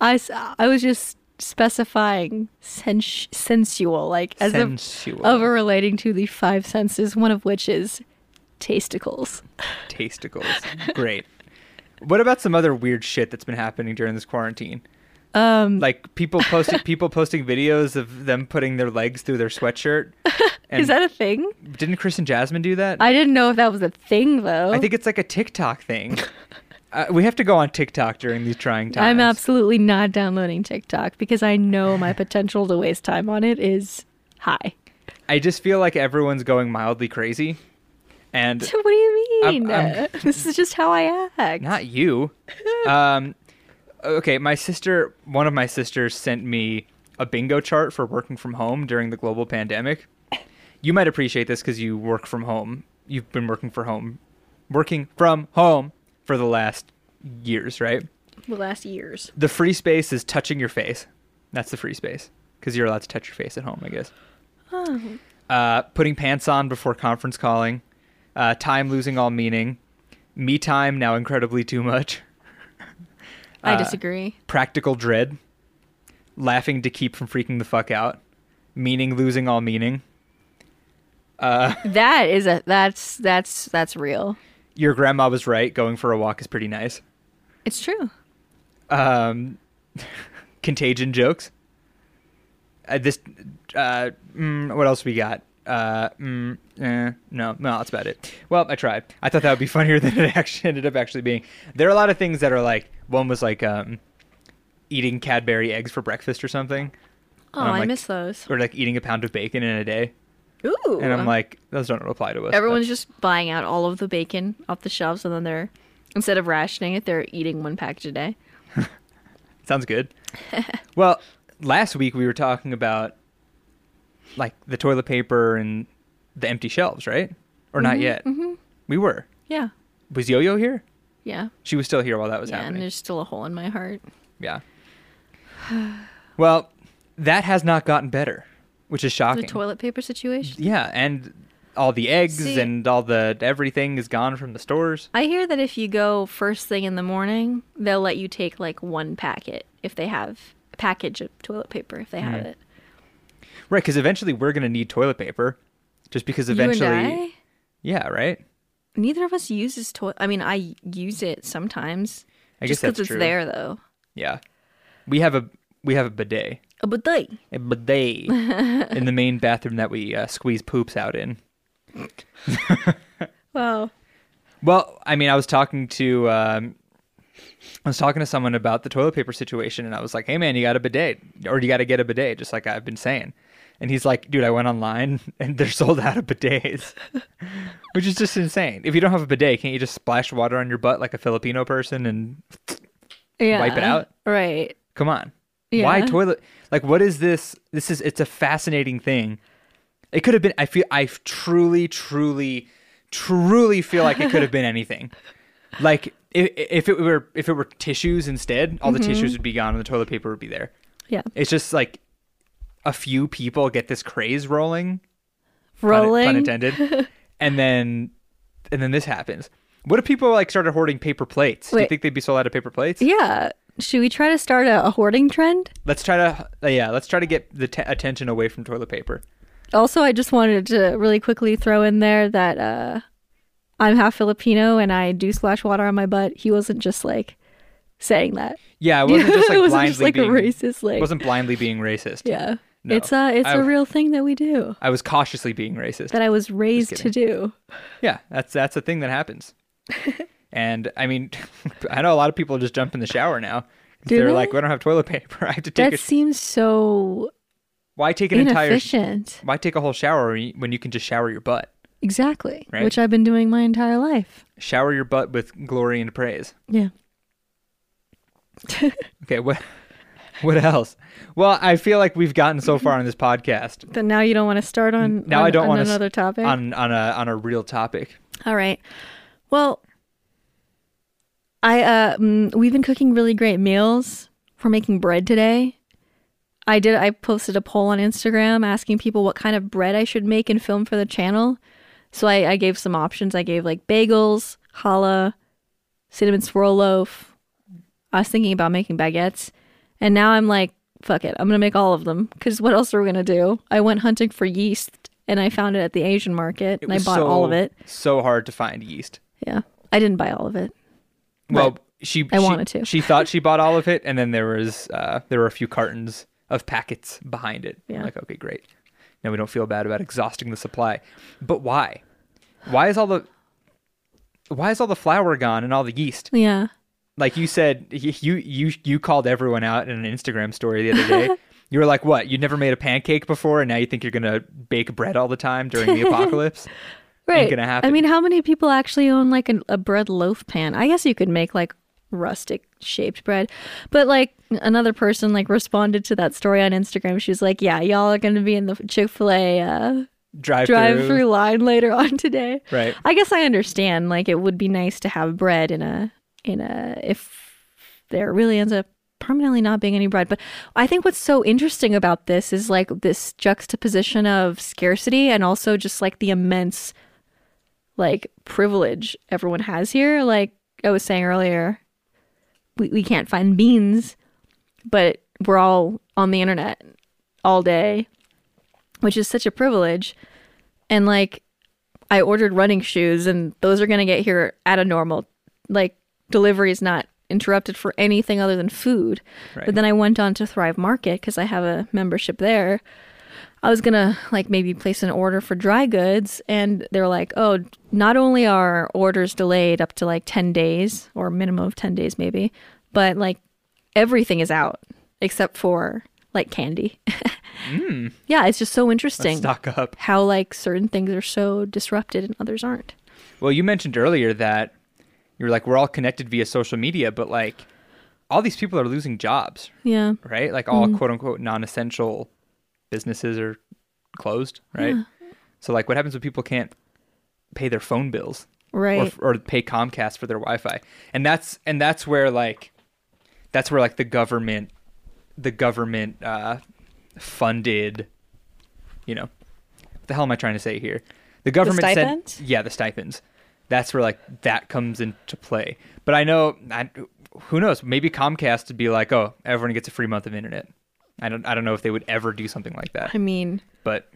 [SPEAKER 2] I, s- I was just specifying sens- sensual, like [LAUGHS] as of
[SPEAKER 1] sensual.
[SPEAKER 2] over relating to the five senses, one of which is tasticles.
[SPEAKER 1] Tasticles. Great. What about some other weird shit that's been happening during this quarantine?
[SPEAKER 2] Um,
[SPEAKER 1] like people posting people posting videos of them putting their legs through their sweatshirt. And
[SPEAKER 2] [LAUGHS] is that a thing?
[SPEAKER 1] didn't Chris and Jasmine do that?
[SPEAKER 2] I didn't know if that was a thing though.
[SPEAKER 1] I think it's like a TikTok thing. uh, we have to go on TikTok during these trying times.
[SPEAKER 2] I'm absolutely not downloading TikTok because I know my potential to waste time on it is high.
[SPEAKER 1] I just feel like everyone's going mildly crazy,
[SPEAKER 2] [LAUGHS]
[SPEAKER 1] and
[SPEAKER 2] what do you
[SPEAKER 1] I'm-
[SPEAKER 2] mean?
[SPEAKER 1] I'm-
[SPEAKER 2] [LAUGHS] this is just how I act.
[SPEAKER 1] not you. Um, okay, my sister, one of my sisters, sent me a bingo chart for working from home during the global pandemic. You might appreciate this because you work from home. You've been working for home, working from home for the last years, right?
[SPEAKER 2] the last years.
[SPEAKER 1] The free space is touching your face. That's the free space because you're allowed to touch your face at home, I guess.
[SPEAKER 2] Oh.
[SPEAKER 1] Uh, putting pants on before conference calling. Uh, time losing all meaning. Me time now incredibly too much.
[SPEAKER 2] I
[SPEAKER 1] Uh,
[SPEAKER 2] disagree.
[SPEAKER 1] Practical dread. Laughing to keep from freaking the fuck out. Meaning losing all meaning. Uh,
[SPEAKER 2] That is a that's that's that's real.
[SPEAKER 1] your grandma was right. Going for a walk is pretty nice.
[SPEAKER 2] It's true.
[SPEAKER 1] [LAUGHS] Um, contagion jokes. uh, this uh, mm, what else we got uh, mm, eh, no no that's about it well i tried i thought that would be [LAUGHS] funnier than it actually ended up actually being there are a lot of things that are like one was like um, eating cadbury eggs for breakfast or something
[SPEAKER 2] Oh,
[SPEAKER 1] Um,
[SPEAKER 2] I
[SPEAKER 1] like-
[SPEAKER 2] miss those.
[SPEAKER 1] or like eating a pound of bacon in a day
[SPEAKER 2] Ooh.
[SPEAKER 1] and i'm like those don't apply to us
[SPEAKER 2] everyone's just buying out all of the bacon off the shelves, and then they're instead of rationing it, they're eating one package a day.
[SPEAKER 1] [LAUGHS] Sounds good.
[SPEAKER 2] [LAUGHS]
[SPEAKER 1] well, last week we were talking about like the toilet paper and the empty shelves, right? Or not yet.
[SPEAKER 2] hmm
[SPEAKER 1] We were.
[SPEAKER 2] Yeah.
[SPEAKER 1] Was Yo-Yo here?
[SPEAKER 2] Yeah.
[SPEAKER 1] She was still here while that was
[SPEAKER 2] yeah. And
[SPEAKER 1] happening.
[SPEAKER 2] there's still a hole in my heart.
[SPEAKER 1] Yeah. well, that has not gotten better, which is shocking.
[SPEAKER 2] The toilet paper situation.
[SPEAKER 1] yeah, and all the eggs
[SPEAKER 2] See-
[SPEAKER 1] and all the everything is gone from the stores.
[SPEAKER 2] I hear that if you go first thing in the morning, they'll let you take like one packet if they have a package of toilet paper if they have
[SPEAKER 1] Hmm.
[SPEAKER 2] it.
[SPEAKER 1] Right, cuz eventually we're going to need toilet paper just because eventually
[SPEAKER 2] you and I,
[SPEAKER 1] Yeah, right?
[SPEAKER 2] neither of us uses toilet. I mean, I use it sometimes.
[SPEAKER 1] I
[SPEAKER 2] just
[SPEAKER 1] guess that's
[SPEAKER 2] it's
[SPEAKER 1] true.
[SPEAKER 2] there though.
[SPEAKER 1] Yeah. We have a we have a bidet.
[SPEAKER 2] Uh, But they
[SPEAKER 1] A bidet in the main bathroom that we uh, squeeze poops out in.
[SPEAKER 2] Wow.
[SPEAKER 1] Well, I mean, I was talking to um, I was talking to someone about the toilet paper situation, and I was like, "Hey, man, you got a bidet, or you got to get a bidet," just like I've been saying. And he's like, "Dude, I went online, [LAUGHS] and they're sold out of bidets," [LAUGHS] which is just insane. If you don't have a bidet, can't you just splash water on your butt like a Filipino person? And
[SPEAKER 2] Yeah.
[SPEAKER 1] Wipe it out?
[SPEAKER 2] Right.
[SPEAKER 1] come on, why
[SPEAKER 2] Yeah.
[SPEAKER 1] toilet? Like, what is this? This is it's a fascinating thing. It could have been. I feel. I truly, truly, truly feel like it could
[SPEAKER 2] [LAUGHS]
[SPEAKER 1] have been anything. Like if, if it were if it were tissues instead, all
[SPEAKER 2] Mm-hmm.
[SPEAKER 1] the tissues would be gone and the toilet paper would be there.
[SPEAKER 2] Yeah.
[SPEAKER 1] It's just like a few people get this craze rolling, pun-
[SPEAKER 2] Rolling.
[SPEAKER 1] pun
[SPEAKER 2] [LAUGHS]
[SPEAKER 1] intended, and then and then this happens. What if people like started hoarding paper plates? Do you
[SPEAKER 2] Wait.
[SPEAKER 1] think they'd be sold out of paper plates?
[SPEAKER 2] Yeah. Should we try to start a, a hoarding trend?
[SPEAKER 1] Let's try to uh, yeah, let's try to get the t- attention away from toilet paper.
[SPEAKER 2] Also, I just wanted to really quickly throw in there that uh, I'm half Filipino and I do splash water on my butt. He wasn't just like saying that. [LAUGHS]
[SPEAKER 1] Yeah, it wasn't just like
[SPEAKER 2] it wasn't
[SPEAKER 1] blindly
[SPEAKER 2] just like
[SPEAKER 1] being
[SPEAKER 2] a racist. Like,
[SPEAKER 1] wasn't blindly being racist.
[SPEAKER 2] yeah,
[SPEAKER 1] No.
[SPEAKER 2] it's a it's a
[SPEAKER 1] I-
[SPEAKER 2] real thing that we do
[SPEAKER 1] I was cautiously being racist.
[SPEAKER 2] that I was raised to
[SPEAKER 1] kidding.
[SPEAKER 2] do.
[SPEAKER 1] Yeah, that's that's a thing that
[SPEAKER 2] [LAUGHS]
[SPEAKER 1] happens. and I mean, [LAUGHS] I know a lot of people just jump in the shower now.
[SPEAKER 2] Do
[SPEAKER 1] They're
[SPEAKER 2] they?
[SPEAKER 1] like, we don't have toilet paper. [LAUGHS] I have to take
[SPEAKER 2] That
[SPEAKER 1] a sh-
[SPEAKER 2] seems so
[SPEAKER 1] why take an entire
[SPEAKER 2] inefficient.
[SPEAKER 1] why take a whole shower when you- when you can just shower your butt?
[SPEAKER 2] Exactly,
[SPEAKER 1] Right?
[SPEAKER 2] which I've been doing my entire life.
[SPEAKER 1] Shower your butt with glory and praise.
[SPEAKER 2] Yeah,
[SPEAKER 1] Okay, what [LAUGHS] what else? Well, I feel like we've gotten so far on this
[SPEAKER 2] [LAUGHS]
[SPEAKER 1] podcast
[SPEAKER 2] but now you don't want to start on
[SPEAKER 1] Now
[SPEAKER 2] on,
[SPEAKER 1] I don't
[SPEAKER 2] on
[SPEAKER 1] wanna s-
[SPEAKER 2] another topic.
[SPEAKER 1] on on a on a real topic.
[SPEAKER 2] All right. Well, I uh, mm, we've been cooking really great meals. We're making bread today. I did. I posted a poll on Instagram asking people what kind of bread I should make and film for the channel. So I, I gave some options. I gave like bagels, challah, cinnamon swirl loaf. I was thinking about making baguettes, and now I'm like, fuck it. I'm gonna make all of them because what else are we gonna do? I went hunting for yeast, and I found it at the Asian market,
[SPEAKER 1] It
[SPEAKER 2] and I
[SPEAKER 1] was
[SPEAKER 2] bought
[SPEAKER 1] so,
[SPEAKER 2] all of it.
[SPEAKER 1] So hard to find yeast.
[SPEAKER 2] Yeah. I didn't buy all of it.
[SPEAKER 1] Well, she
[SPEAKER 2] I
[SPEAKER 1] she-
[SPEAKER 2] wanted to.
[SPEAKER 1] She thought she bought all of it, and then there was uh, there were a few cartons of packets behind it.
[SPEAKER 2] Yeah.
[SPEAKER 1] Like, okay, great. Now we don't feel bad about exhausting the supply, but why? Why is all the why is all the flour gone and all the yeast?
[SPEAKER 2] Yeah.
[SPEAKER 1] Like you said, y- you you you called everyone out in an Instagram story the other
[SPEAKER 2] [LAUGHS]
[SPEAKER 1] day. you were like, "What? You never made a pancake before, and now you think you're gonna bake bread all the time during
[SPEAKER 2] [LAUGHS]
[SPEAKER 1] the apocalypse?"
[SPEAKER 2] Right.
[SPEAKER 1] gonna
[SPEAKER 2] I
[SPEAKER 1] happen.
[SPEAKER 2] mean, how many people actually own like an, a bread loaf pan? I guess you could make like rustic shaped bread. But like another person like responded to that story on Instagram. She was like, "Yeah, y'all are going to be in the Chick-fil-A uh,
[SPEAKER 1] Drive
[SPEAKER 2] drive-through
[SPEAKER 1] through,
[SPEAKER 2] line later on today."
[SPEAKER 1] right?
[SPEAKER 2] I guess I understand like it would be nice to have bread in a in a if there really ends up permanently not being any bread. But I think what's so interesting about this is like this juxtaposition of scarcity and also just like the immense like privilege everyone has here. Like I was saying earlier, we, we can't find beans, but we're all on the internet all day, which is such a privilege. And like I ordered running shoes and those are going to get here at a normal like delivery is not interrupted for anything other than food.
[SPEAKER 1] Right.
[SPEAKER 2] But then I went on to Thrive Market because I have a membership there. I was gonna like maybe place an order for dry goods, and they were like, "Oh, not only are orders delayed up to like ten days or a minimum of ten days, maybe, but like everything is out except for like candy." [LAUGHS] Yeah, it's just so interesting
[SPEAKER 1] Stock up.
[SPEAKER 2] how like certain things are so disrupted and others aren't.
[SPEAKER 1] Well, you mentioned earlier that you were like, we're all connected via social media, but like all these people are losing jobs,
[SPEAKER 2] Yeah.
[SPEAKER 1] right? Like all quote unquote non essential businesses are closed, right? So, like, what happens when people can't pay their phone bills?
[SPEAKER 2] Right.
[SPEAKER 1] or, or pay Comcast for their Wi-Fi. And that's and that's where like that's where like the government the government uh, funded you know what the hell am I trying to say here? The government
[SPEAKER 2] stipends?
[SPEAKER 1] said yeah, the stipends. That's where like that comes into play. But I know I, who knows, maybe Comcast would be like, "Oh, everyone gets a free month of internet." I don't I don't know if they would ever do something like that.
[SPEAKER 2] I mean,
[SPEAKER 1] But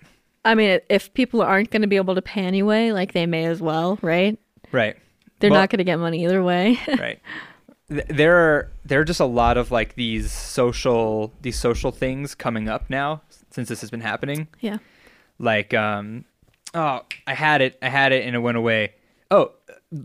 [SPEAKER 2] I mean, if people aren't going to be able to pay anyway, like they may as well, right?
[SPEAKER 1] right.
[SPEAKER 2] They're
[SPEAKER 1] Well-
[SPEAKER 2] not going to get money either way. [LAUGHS]
[SPEAKER 1] right Th- there are there are just a lot of like these social these social things coming up now since this has been happening
[SPEAKER 2] yeah.
[SPEAKER 1] like um oh i had it i had it and it went away oh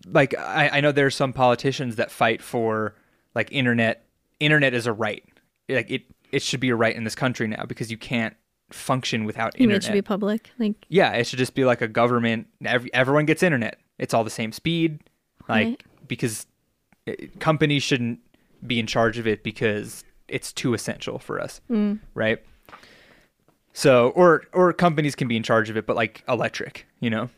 [SPEAKER 1] like i, I know there's some politicians that fight for like internet internet is a right like it it should be a right in this country now because you can't function without
[SPEAKER 2] You mean
[SPEAKER 1] internet
[SPEAKER 2] it should be public? Like,
[SPEAKER 1] yeah, it should just be like a government. Every, everyone gets internet. It's all the same speed, like
[SPEAKER 2] Right.
[SPEAKER 1] because it, companies shouldn't be in charge of it because it's too essential for us, right? So, or or companies can be in charge of it, but like electric, you know,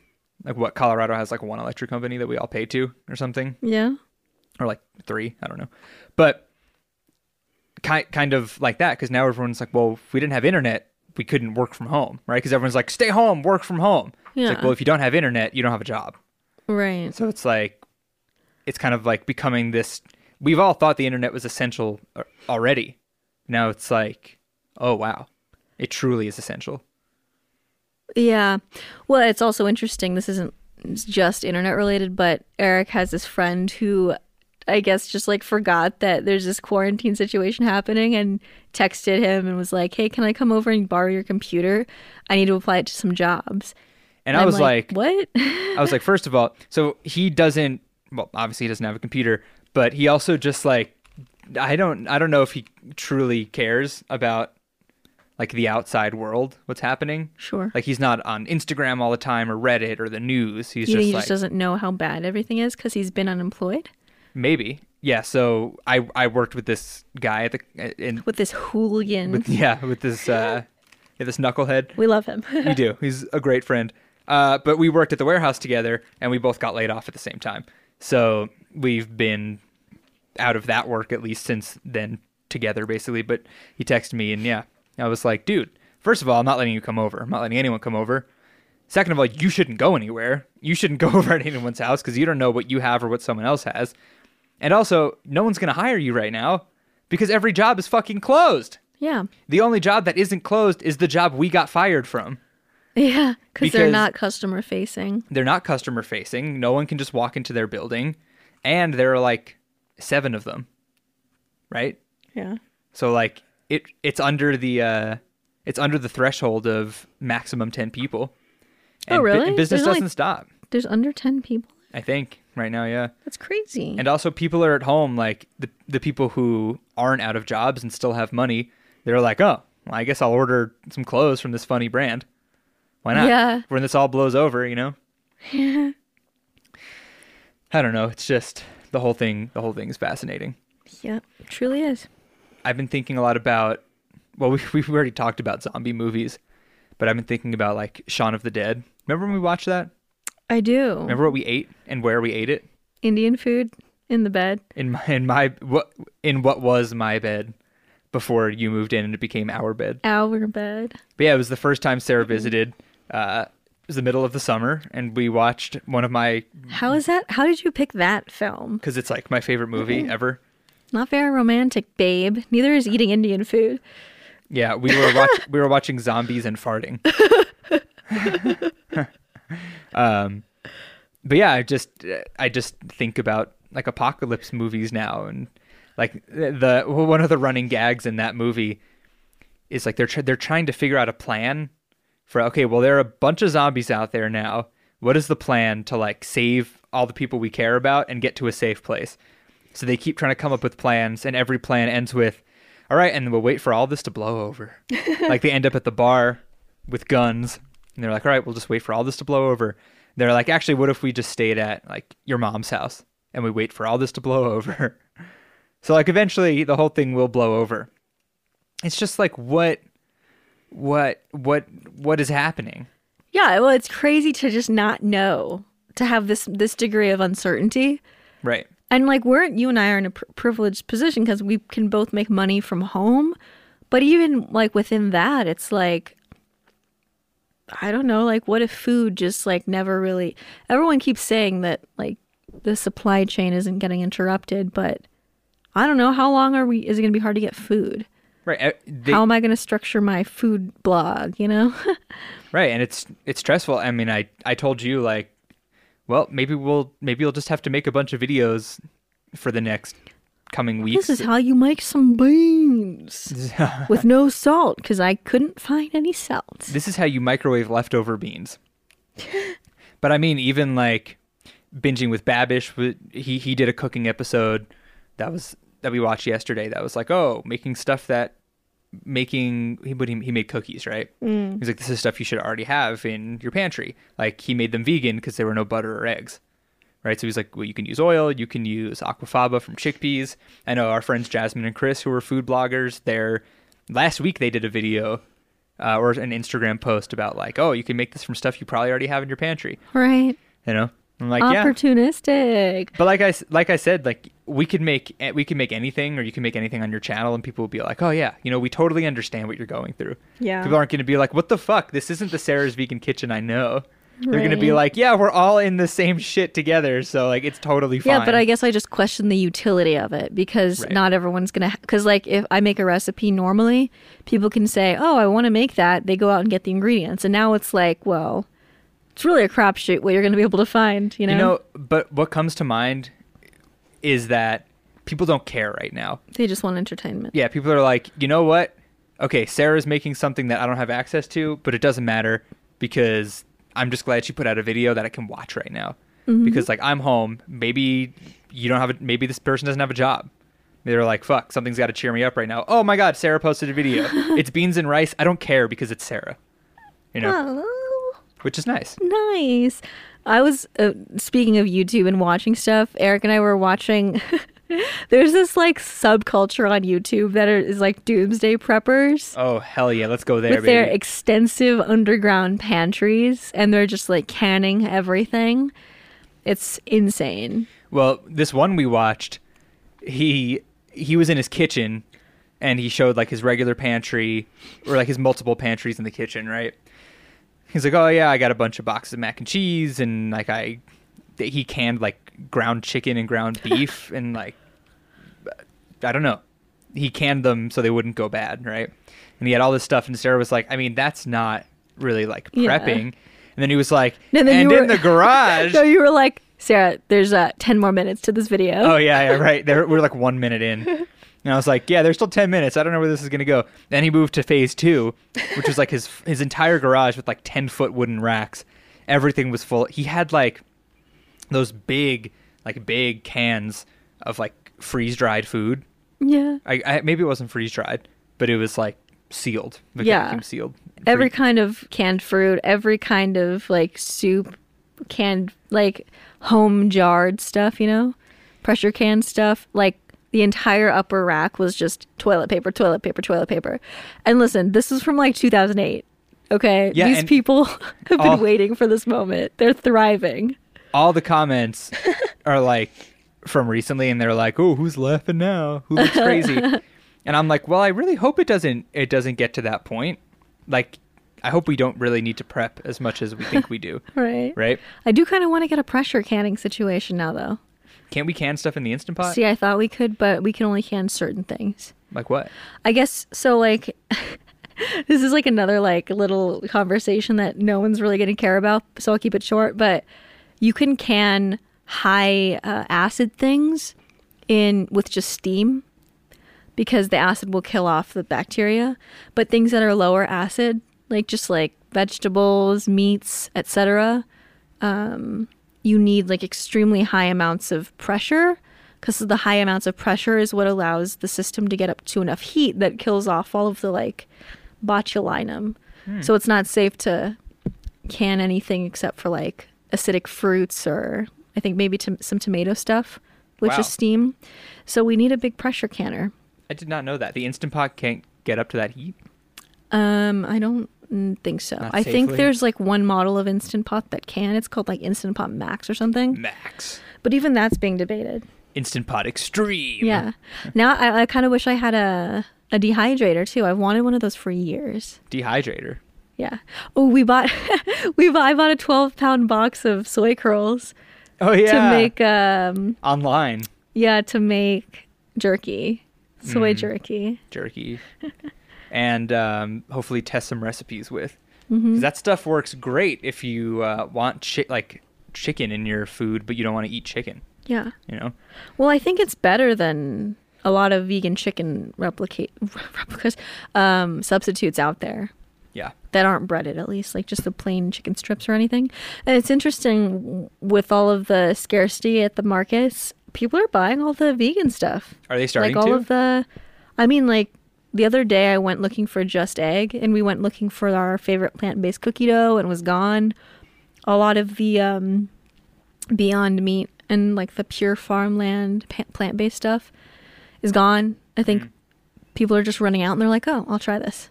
[SPEAKER 1] like what Colorado has like one electric company that we all pay to or something
[SPEAKER 2] yeah.
[SPEAKER 1] or like three, I don't know. But ki- kind of like that because now everyone's like, well, if we didn't have internet, we couldn't work from home, right? Because everyone's like, stay home, work from home. It's like,
[SPEAKER 2] Yeah.
[SPEAKER 1] well, if you don't have internet, you don't have a job.
[SPEAKER 2] Right.
[SPEAKER 1] So it's like, it's kind of like becoming this. We've all thought the internet was essential a- already. Now it's like, oh wow, it truly is essential.
[SPEAKER 2] Yeah. Well, it's also interesting. This isn't just internet related, but Eric has this friend who I guess just like forgot that there's this quarantine situation happening and texted him and was like, "Hey, can I come over and borrow your computer? I need to apply it to some jobs."
[SPEAKER 1] And I
[SPEAKER 2] I'm
[SPEAKER 1] was like,
[SPEAKER 2] "What?" [LAUGHS]
[SPEAKER 1] I was like, first of all, so he doesn't. Well, obviously he doesn't have a computer, but he also just like I don't I don't know if he truly cares about like the outside world, what's happening.
[SPEAKER 2] Sure.
[SPEAKER 1] Like he's not on Instagram all the time or Reddit or the news. He's
[SPEAKER 2] you think
[SPEAKER 1] just
[SPEAKER 2] he
[SPEAKER 1] like
[SPEAKER 2] just doesn't know how bad everything is because he's been unemployed
[SPEAKER 1] maybe yeah. So I I worked with this guy at the in [LAUGHS]
[SPEAKER 2] with this hooligan.
[SPEAKER 1] yeah with this
[SPEAKER 2] [LAUGHS]
[SPEAKER 1] uh yeah, this knucklehead.
[SPEAKER 2] we love him. [LAUGHS]
[SPEAKER 1] we do. He's a great friend. Uh, but we worked at the warehouse together, and we both got laid off at the same time. So we've been out of that work at least since then together, basically. But he texted me, and yeah, I was like, dude, first of all, I'm not letting you come over. I'm not letting anyone come over. Second of all, you shouldn't go anywhere. You shouldn't go [LAUGHS] over at anyone's house because you don't know what you have or what someone else has. And also, no one's going to hire you right now because every job is fucking closed.
[SPEAKER 2] yeah.
[SPEAKER 1] The only job that isn't closed is the job we got fired from.
[SPEAKER 2] Yeah. Because they're
[SPEAKER 1] Because-
[SPEAKER 2] not customer facing.
[SPEAKER 1] they're not customer facing. No one can just walk into their building, and there are like seven of them, right?
[SPEAKER 2] Yeah.
[SPEAKER 1] So like it it's under the uh, it's under the threshold of maximum ten people.
[SPEAKER 2] Oh,
[SPEAKER 1] And bu-
[SPEAKER 2] really?
[SPEAKER 1] and business
[SPEAKER 2] There's only-
[SPEAKER 1] doesn't stop.
[SPEAKER 2] There's under 10 people.
[SPEAKER 1] I think right now, yeah.
[SPEAKER 2] That's crazy.
[SPEAKER 1] And also, people are at home. Like the the people who aren't out of jobs and still have money, they're like, oh, well, I guess I'll order some clothes from this funny brand. Why not?
[SPEAKER 2] Yeah.
[SPEAKER 1] When this all blows over, you know. I don't know. It's just the whole thing. The whole thing is fascinating.
[SPEAKER 2] yeah. Truly is.
[SPEAKER 1] I've been thinking a lot about. Well, [LAUGHS] we, we've already talked about zombie movies, but I've been thinking about like Shaun of the Dead. Remember when we watched that?
[SPEAKER 2] I do.
[SPEAKER 1] Remember what we ate and where we ate it
[SPEAKER 2] Indian food in the bed.
[SPEAKER 1] in my in my what in what was my bed before you moved in and it became our bed.
[SPEAKER 2] Our bed.
[SPEAKER 1] But yeah, it was the first time Sarah visited. Uh, it was the middle of the summer, and we watched one of my
[SPEAKER 2] How is that? How did you pick that film?
[SPEAKER 1] because it's like my favorite movie ever.
[SPEAKER 2] Not very romantic, babe. Neither is eating Indian food.
[SPEAKER 1] Yeah, we were watch- we were watching zombies and farting. um, but yeah, I just I just think about like apocalypse movies now, and Like the one of the running gags in that movie is like they're tr- they're trying to figure out a plan for okay, well there are a bunch of zombies out there now. What is the plan to like save all the people we care about and get to a safe place? So they keep trying to come up with plans, and every plan ends with, "All right, and we'll wait for all this to blow over." like they end up at the bar with guns, and they're like, "All right, we'll just wait for all this to blow over." They're like, "Actually, what if we just stayed at like your mom's house and we wait for all this to blow [LAUGHS] over?" so like eventually the whole thing will blow over. It's just like what, what, what, what is happening?
[SPEAKER 2] Yeah, well, it's crazy to just not know, to have this this degree of uncertainty.
[SPEAKER 1] Right.
[SPEAKER 2] And like we're you and I are in a pr- privileged position cuz we can both make money from home, but even like within that, it's like I don't know, like what if food just like never really everyone keeps saying that like the supply chain isn't getting interrupted, but I don't know how long are we is it going to be hard to get food?
[SPEAKER 1] Right. Uh, They,
[SPEAKER 2] how am I going to structure my food blog, you know? [LAUGHS]
[SPEAKER 1] Right, and it's it's stressful. I mean, I I told you like, well, maybe we'll maybe you'll just have to make a bunch of videos for the next coming weeks.
[SPEAKER 2] This is how you make some
[SPEAKER 1] [LAUGHS]
[SPEAKER 2] beans with no salt because I couldn't find any salt.
[SPEAKER 1] This is how you microwave leftover beans. but I mean, even like binging with Babish, w- he he did a cooking episode that was that we watched yesterday. That was like, oh, making stuff that making he but he, he made cookies, right? He's like, this is stuff you should already have in your pantry. Like he made them vegan because there were no butter or eggs. Right, so he's like, well, you can use oil, you can use aquafaba from chickpeas. I know our friends Jasmine and Chris, who are food bloggers, they're last week they did a video uh, or an Instagram post about like, oh, you can make this from stuff you probably already have in your pantry.
[SPEAKER 2] Right.
[SPEAKER 1] You know, I'm like, yeah.
[SPEAKER 2] Opportunistic.
[SPEAKER 1] But like I s- like I said, like we could make eh, we could make anything, or you can make anything on your channel, and people will be like, oh yeah, you know, we totally understand what you're going through.
[SPEAKER 2] Yeah.
[SPEAKER 1] People aren't going to be like, what the fuck? This isn't the Sarah's Vegan Kitchen I know. They're going to be
[SPEAKER 2] Right.
[SPEAKER 1] like, yeah, we're all in the same shit together, so like it's totally fine.
[SPEAKER 2] Yeah, but I guess I just question the utility of it because
[SPEAKER 1] Right.
[SPEAKER 2] not everyone's going to. Because, like, if I make a recipe normally, people can say, oh, I want to make that. They go out and get the ingredients. And now it's like, well, it's really a crapshoot what you're going to be able to find, you know?
[SPEAKER 1] you know, but what comes to mind is that people don't care right now.
[SPEAKER 2] they just want entertainment.
[SPEAKER 1] Yeah, people are like, you know what? Okay, Sarah's making something that I don't have access to, but it doesn't matter because I'm just glad she put out a video that I can watch right now. Because like I'm home, maybe you don't have a, maybe this person doesn't have a job. They're like, fuck, something's got to cheer me up right now. Oh my god, Sarah posted a video. it's beans and rice. I don't care because it's Sarah. You know,
[SPEAKER 2] Hello?
[SPEAKER 1] which is nice.
[SPEAKER 2] Nice. I was uh, speaking of YouTube and watching stuff. Eric and I were watching. [LAUGHS] there's this like subculture on YouTube that are, is like doomsday preppers
[SPEAKER 1] Oh hell yeah, let's go there,
[SPEAKER 2] with their
[SPEAKER 1] baby.
[SPEAKER 2] extensive underground pantries, and they're just like canning everything. It's insane.
[SPEAKER 1] Well, this one we watched, he he was in his kitchen and he showed like his regular pantry or like his multiple pantries in the kitchen, right? He's like, "Oh yeah, I got a bunch of boxes of mac and cheese and like I th- he canned like ground chicken and
[SPEAKER 2] [LAUGHS]
[SPEAKER 1] ground beef and like I don't know. He canned them so they wouldn't go bad, right? And he had all this stuff and Sarah was like, "I mean, that's not really like
[SPEAKER 2] Yeah.
[SPEAKER 1] prepping." And then he was like,
[SPEAKER 2] No,
[SPEAKER 1] "And,
[SPEAKER 2] then you
[SPEAKER 1] in
[SPEAKER 2] were- [LAUGHS]
[SPEAKER 1] the garage."
[SPEAKER 2] So you were like, Sarah, there's uh, 10 more minutes to this video.
[SPEAKER 1] [LAUGHS] oh yeah, yeah right. There, we're like one minute in, and I was like, yeah, there's still ten minutes. I don't know where this is gonna go. Then he moved to phase two, which was like his [LAUGHS] his entire garage with like ten foot wooden racks. Everything was full. He had like those big, like big cans of like freeze dried food.
[SPEAKER 2] yeah.
[SPEAKER 1] I, I maybe it wasn't freeze dried, but it was like sealed. Like,
[SPEAKER 2] Yeah.
[SPEAKER 1] vacuum sealed.
[SPEAKER 2] every
[SPEAKER 1] Free-
[SPEAKER 2] kind of canned fruit, every kind of like soup, canned like home jarred stuff, you know, pressure canned stuff. Like the entire upper rack was just toilet paper, toilet paper, toilet paper. And listen, this is from like 2008. Okay,
[SPEAKER 1] Yeah,
[SPEAKER 2] these
[SPEAKER 1] and- Oh.
[SPEAKER 2] people [LAUGHS] have been
[SPEAKER 1] All-
[SPEAKER 2] waiting for this moment. They're thriving.
[SPEAKER 1] all the
[SPEAKER 2] [LAUGHS]
[SPEAKER 1] comments are like from recently and they're like oh who's laughing now who looks crazy
[SPEAKER 2] [LAUGHS]
[SPEAKER 1] and i'm like well i really hope it doesn't it doesn't get to that point like i hope we don't really need to prep as much as we think we
[SPEAKER 2] [LAUGHS]
[SPEAKER 1] do
[SPEAKER 2] Right.
[SPEAKER 1] right
[SPEAKER 2] I do kind of want to get a pressure canning situation now, though.
[SPEAKER 1] can't we can stuff in the instant pot
[SPEAKER 2] See, I thought we could, but we can only can certain things.
[SPEAKER 1] like what
[SPEAKER 2] I guess so. Like, [LAUGHS] this is like another like little conversation that no one's really going to care about, so I'll keep it short. But you can can high uh, acid things in with just steam because the acid will kill off the bacteria, but things that are lower acid, like just like vegetables, meats, etc., um, you need like extremely high amounts of pressure because the high amounts of pressure is what allows the system to get up to enough heat that kills off all of the like botulinum.
[SPEAKER 1] Hmm.
[SPEAKER 2] So it's not safe to can anything except for like acidic fruits or I think maybe to, some tomato stuff, which
[SPEAKER 1] Wow.
[SPEAKER 2] is steam. So we need a big pressure canner.
[SPEAKER 1] I did not know that. The Instant Pot can't get up to that heat.
[SPEAKER 2] Um, I don't mm, think so.
[SPEAKER 1] Not
[SPEAKER 2] I think
[SPEAKER 1] safely?
[SPEAKER 2] there's like one model of Instant Pot that can. It's called like Instant Pot Max or something.
[SPEAKER 1] Max.
[SPEAKER 2] But even that's being debated.
[SPEAKER 1] Instant Pot Extreme.
[SPEAKER 2] Yeah. Now I, I kind of wish I had a a dehydrator too. I've wanted one of those for years.
[SPEAKER 1] Dehydrator.
[SPEAKER 2] Yeah. Oh, we bought [LAUGHS] we bought, I bought a 12 pound box of soy curls
[SPEAKER 1] Oh yeah.
[SPEAKER 2] to make um
[SPEAKER 1] online
[SPEAKER 2] yeah, to make jerky. Soy jerky. [LAUGHS]
[SPEAKER 1] jerky, and um, hopefully test some recipes with.
[SPEAKER 2] Mm-hmm.
[SPEAKER 1] Because that stuff works great if you uh, want chi- like chicken in your food, but you don't want to eat chicken.
[SPEAKER 2] Yeah.
[SPEAKER 1] You know.
[SPEAKER 2] Well, I think it's better than a lot of vegan chicken replicate [LAUGHS] replicas um, substitutes out there
[SPEAKER 1] Yeah.
[SPEAKER 2] that aren't breaded, at least like just the plain chicken strips or anything. And it's interesting w- with all of the scarcity at the markets, people are buying all the vegan stuff.
[SPEAKER 1] Are they starting
[SPEAKER 2] like all
[SPEAKER 1] to?
[SPEAKER 2] of the, I mean, like the other day I went looking for just egg, and we went looking for our favorite plant-based cookie dough, and was gone. A lot of the um, Beyond Meat and like the pure farmland pa- plant-based stuff is gone. I
[SPEAKER 1] Mm.
[SPEAKER 2] think people are just running out, and they're like, "Oh, I'll try this."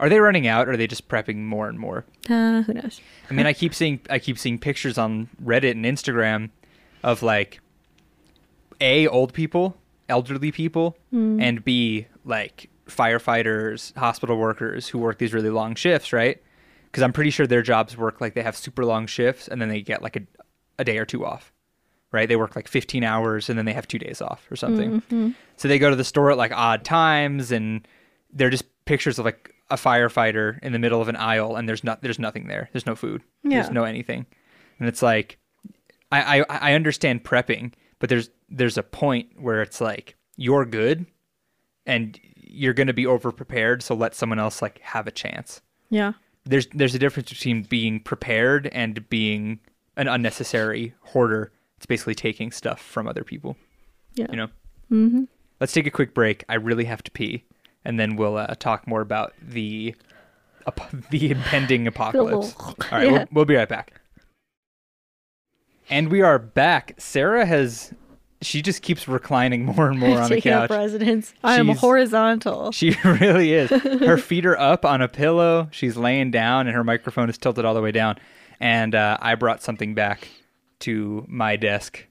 [SPEAKER 1] Are they running out? Or are they just prepping more and more?
[SPEAKER 2] Uh, who knows?
[SPEAKER 1] I mean, I
[SPEAKER 2] [LAUGHS]
[SPEAKER 1] keep seeing I keep seeing pictures on Reddit and Instagram of like a old people, elderly people,
[SPEAKER 2] Mm.
[SPEAKER 1] and b like firefighters, hospital workers who work these really long shifts, right? Because I'm pretty sure their jobs work like they have super long shifts and then they get like a a day or two off, right? They work like 15 hours and then they have two days off or something. So they go to the store at like odd times and they're just pictures of like a firefighter in the middle of an aisle and there's not there's nothing there. There's no food.
[SPEAKER 2] Yeah.
[SPEAKER 1] There's no anything. And it's like I, I I understand prepping, but there's there's a point where it's like you're good and you're going to be over prepared, so let someone else like have a chance.
[SPEAKER 2] Yeah.
[SPEAKER 1] There's there's a difference between being prepared and being an unnecessary hoarder. It's basically taking stuff from other people
[SPEAKER 2] Yeah.
[SPEAKER 1] you know. Mm-hmm. Let's take a quick break. I really have to pee, and then we'll uh, talk more about the ap- [LAUGHS] the impending apocalypse. All right,
[SPEAKER 2] [LAUGHS] Yeah.
[SPEAKER 1] we'll, we'll be right back. And we are back. Sarah has she just keeps reclining more and
[SPEAKER 2] [LAUGHS]
[SPEAKER 1] more on the
[SPEAKER 2] Taking
[SPEAKER 1] couch.
[SPEAKER 2] up residence. I am
[SPEAKER 1] She's-
[SPEAKER 2] horizontal.
[SPEAKER 1] She [LAUGHS] really is. Her feet are up on a pillow. She's laying down, and her microphone is tilted all the way down. And uh, I brought something back to my desk.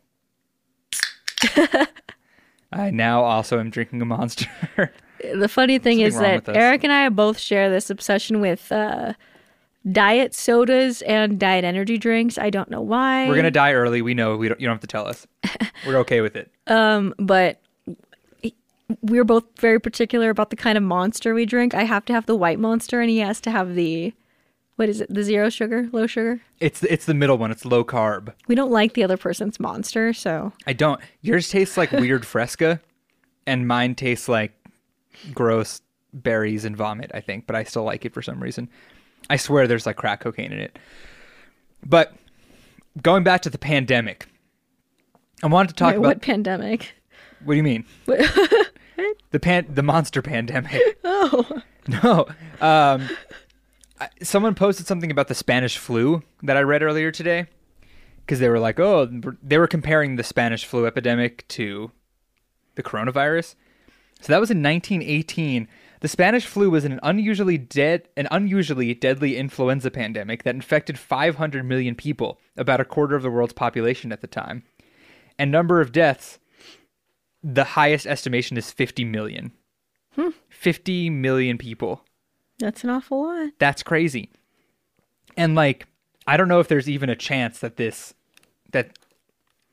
[SPEAKER 1] I now also am drinking a monster. [LAUGHS]
[SPEAKER 2] the funny thing
[SPEAKER 1] Something
[SPEAKER 2] is
[SPEAKER 1] wrong
[SPEAKER 2] that
[SPEAKER 1] with us.
[SPEAKER 2] Eric and I both share this obsession with uh, diet sodas and diet energy drinks. I don't know why.
[SPEAKER 1] We're gonna die early. We know. We don't. You don't have to tell us. We're okay with it.
[SPEAKER 2] but we're both very particular about the kind of monster we drink. I have to have the white monster, and he has to have the what is it? The zero sugar, low sugar.
[SPEAKER 1] It's it's the middle one. It's low carb.
[SPEAKER 2] We don't like the other person's monster, so
[SPEAKER 1] I don't. Yours tastes like weird fresca, and mine tastes like gross berries and vomit. I think, but I still like it for some reason. I swear, there's like crack cocaine in it. But going back to the pandemic, I wanted to talk
[SPEAKER 2] Wait,
[SPEAKER 1] about
[SPEAKER 2] what pandemic?
[SPEAKER 1] [LAUGHS] what do you mean? the pan the monster pandemic. [LAUGHS] Oh. No. Um I, someone posted something about the Spanish flu that I read earlier today because they were like, "Oh, they were comparing the Spanish flu epidemic to the coronavirus." So that was in 1918. The Spanish flu was an unusually dead an unusually deadly influenza pandemic that infected 500 million people, about a quarter of the world's population at the time. And number of deaths the highest estimation is 50 million.
[SPEAKER 2] Hmm.
[SPEAKER 1] 50 million people.
[SPEAKER 2] That's an awful lot.
[SPEAKER 1] That's crazy. And like I don't know if there's even a chance that this that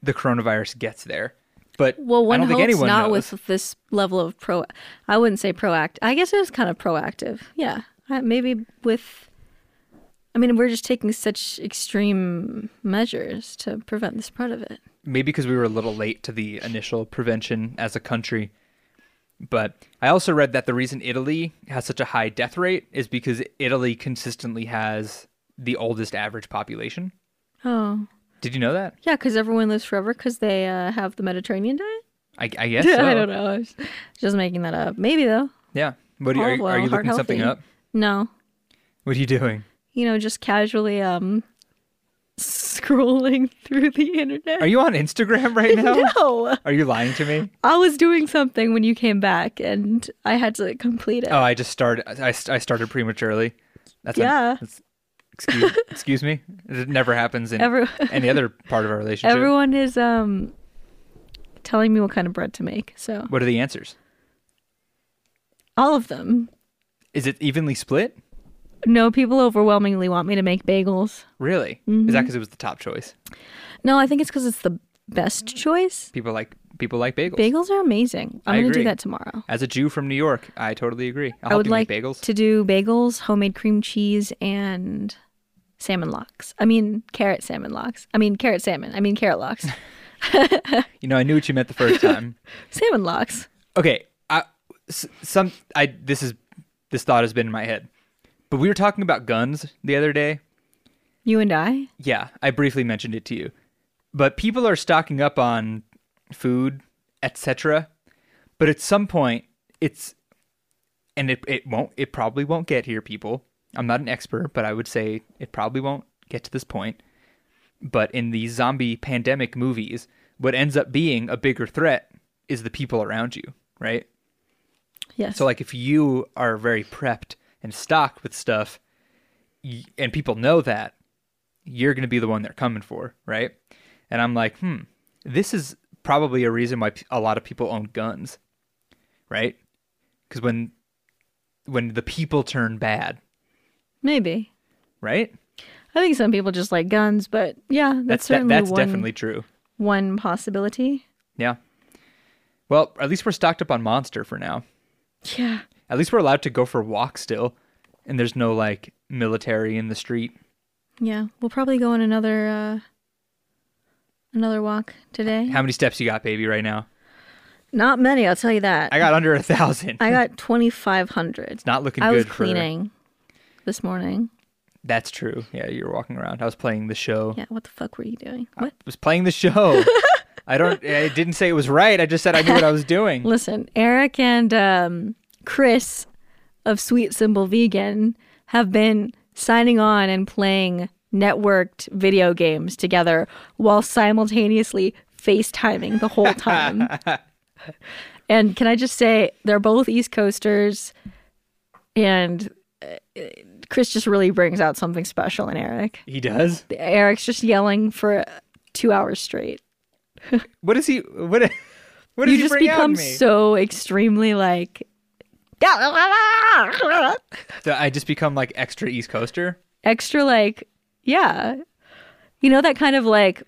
[SPEAKER 1] the coronavirus gets there. But
[SPEAKER 2] Well, one
[SPEAKER 1] I don't
[SPEAKER 2] hopes
[SPEAKER 1] think anyone
[SPEAKER 2] not
[SPEAKER 1] knows.
[SPEAKER 2] with this level of pro. I wouldn't say proact. I guess it is kind of proactive. Yeah, I, maybe with. I mean, we're just taking such extreme measures to prevent the spread of it.
[SPEAKER 1] maybe because we were a little late to the initial prevention as a country. But I also read that the reason Italy has such a high death rate is because Italy consistently has the oldest average population.
[SPEAKER 2] Oh.
[SPEAKER 1] Did you know that?
[SPEAKER 2] Yeah, because everyone lives forever because they uh, have the Mediterranean diet? [LAUGHS]
[SPEAKER 1] I, I guess.
[SPEAKER 2] I
[SPEAKER 1] so.
[SPEAKER 2] don't know. I was just making that up. Maybe, though.
[SPEAKER 1] Yeah. What do you,
[SPEAKER 2] All
[SPEAKER 1] are, you- are
[SPEAKER 2] Oh, well,
[SPEAKER 1] you
[SPEAKER 2] heart
[SPEAKER 1] looking something
[SPEAKER 2] healthy.
[SPEAKER 1] up?
[SPEAKER 2] No.
[SPEAKER 1] What are you doing?
[SPEAKER 2] You know, just casually um [LAUGHS] scrolling through the internet.
[SPEAKER 1] Are you on Instagram right
[SPEAKER 2] [LAUGHS]
[SPEAKER 1] now?
[SPEAKER 2] no.
[SPEAKER 1] Are you lying to me?
[SPEAKER 2] I was doing something when you came back and I had to complete it.
[SPEAKER 1] Oh, I just started. I, I started prematurely. That's
[SPEAKER 2] Yeah.
[SPEAKER 1] that's- excuse, excuse me. It never happens in
[SPEAKER 2] Every- [LAUGHS]
[SPEAKER 1] any other part of our relationship.
[SPEAKER 2] Everyone is um telling me what kind of bread to make. So,
[SPEAKER 1] What are the answers?
[SPEAKER 2] all of them.
[SPEAKER 1] Is it evenly split?
[SPEAKER 2] No, people overwhelmingly want me to make bagels.
[SPEAKER 1] Really? Is
[SPEAKER 2] Mm-hmm.
[SPEAKER 1] that because it was the top choice?
[SPEAKER 2] No, I think it's because it's the best
[SPEAKER 1] Mm.
[SPEAKER 2] choice.
[SPEAKER 1] People like people like bagels.
[SPEAKER 2] Bagels are amazing. I'm
[SPEAKER 1] I
[SPEAKER 2] going to
[SPEAKER 1] agree.
[SPEAKER 2] do that tomorrow.
[SPEAKER 1] As a Jew from New York, I totally agree. I'll
[SPEAKER 2] I
[SPEAKER 1] help
[SPEAKER 2] would
[SPEAKER 1] you
[SPEAKER 2] like
[SPEAKER 1] make bagels.
[SPEAKER 2] to do bagels, homemade cream cheese, and salmon locks. I mean, carrot salmon locks. I mean, carrot salmon. I mean,
[SPEAKER 1] [LAUGHS]
[SPEAKER 2] carrot locks.
[SPEAKER 1] you know, I knew what you meant the
[SPEAKER 2] [LAUGHS]
[SPEAKER 1] first time.
[SPEAKER 2] salmon locks.
[SPEAKER 1] okay, I s- some I this is this thought has been in my head, but we were talking about guns the other day.
[SPEAKER 2] You and I?
[SPEAKER 1] Yeah, I briefly mentioned it to you. But people are stocking up on food, etc. But at some point, it's and it, it won't it probably won't get here, people. I'm not an expert, but I would say it probably won't get to this point. But in the zombie pandemic movies, what ends up being a bigger threat is the people around you, right?
[SPEAKER 2] Yes.
[SPEAKER 1] So like if you are very prepped and stocked with stuff y- and people know that, you're going to be the one they're coming for, right? And I'm like, "Hmm, this is probably a reason why p- a lot of people own guns." Right? Cuz when when the people turn bad,
[SPEAKER 2] Maybe.
[SPEAKER 1] right?
[SPEAKER 2] I think some people just like guns, but yeah, that's,
[SPEAKER 1] de-
[SPEAKER 2] certainly
[SPEAKER 1] that's
[SPEAKER 2] one,
[SPEAKER 1] definitely true.
[SPEAKER 2] one possibility.
[SPEAKER 1] Yeah. Well, at least we're stocked up on monster for now.
[SPEAKER 2] Yeah.
[SPEAKER 1] At least we're allowed to go for walks still and there's no like military in the street.
[SPEAKER 2] Yeah. We'll probably go on another uh another walk today.
[SPEAKER 1] How many steps you got, baby, right now?
[SPEAKER 2] Not many, I'll tell you that.
[SPEAKER 1] I got under a thousand.
[SPEAKER 2] I got 2500.
[SPEAKER 1] Not looking
[SPEAKER 2] I was
[SPEAKER 1] good for-
[SPEAKER 2] cleaning this morning.
[SPEAKER 1] That's true. Yeah, you were walking around. I was playing the show.
[SPEAKER 2] Yeah, what the fuck were you doing? What?
[SPEAKER 1] I was playing the
[SPEAKER 2] [LAUGHS]
[SPEAKER 1] show. I don't. I didn't say it was right. I just said I knew what I was
[SPEAKER 2] [LAUGHS]
[SPEAKER 1] doing.
[SPEAKER 2] Listen, Eric and um, Chris of Sweet Symbol Vegan have been signing on and playing networked video games together while simultaneously FaceTiming the whole time. and can I just say, they're both East Coasters, and uh, Chris just really brings out something special in Eric.
[SPEAKER 1] He does.
[SPEAKER 2] Eric's just yelling for two hours straight.
[SPEAKER 1] What is he? What? [LAUGHS] What does
[SPEAKER 2] you
[SPEAKER 1] he
[SPEAKER 2] just
[SPEAKER 1] bring out in
[SPEAKER 2] become
[SPEAKER 1] me?
[SPEAKER 2] so extremely like [LAUGHS]
[SPEAKER 1] So I just become like extra East Coaster.
[SPEAKER 2] extra like yeah you know that kind of like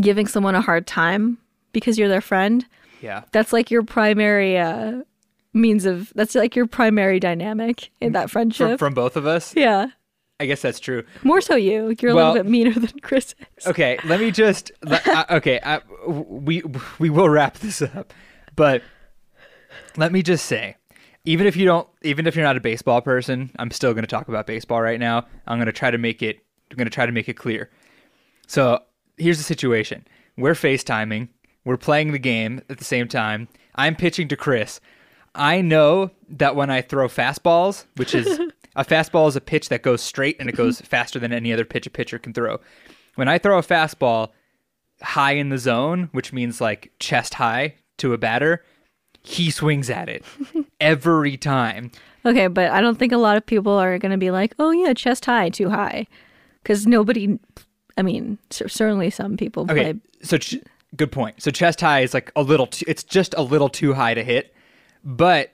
[SPEAKER 2] giving someone a hard time because you're their friend
[SPEAKER 1] Yeah.
[SPEAKER 2] that's like your primary uh means of that's like your primary dynamic in that
[SPEAKER 1] From,
[SPEAKER 2] friendship
[SPEAKER 1] from both of
[SPEAKER 2] [LAUGHS]
[SPEAKER 1] us,
[SPEAKER 2] yeah
[SPEAKER 1] I guess that's true.
[SPEAKER 2] more so you you're a
[SPEAKER 1] Well-
[SPEAKER 2] little bit meaner than [LAUGHS] chris
[SPEAKER 1] [LAUGHS]
[SPEAKER 2] is
[SPEAKER 1] Okay, let me just. Let, I- okay, I, we we will wrap this up, but let me just say, even if you don't, even if you're not a baseball person, I'm still going to talk about baseball right now. I'm going to try to make it. I'm going to try to make it clear. So here's the situation: we're FaceTiming, we're playing the game at the same time. I'm pitching to Chris. I know that when I throw fastballs, which is a fastball is a pitch that goes straight and it goes faster than any other pitch a pitcher can throw. When I throw a fastball high in the zone, which means like chest high to a batter, he swings at it every time.
[SPEAKER 2] okay but i don't think a lot of people are gonna be like oh yeah chest high too high because nobody i mean cer- certainly some people
[SPEAKER 1] Okay,
[SPEAKER 2] play
[SPEAKER 1] so ch- good point. So chest high is like a little. Too, it's just a little too high to hit, but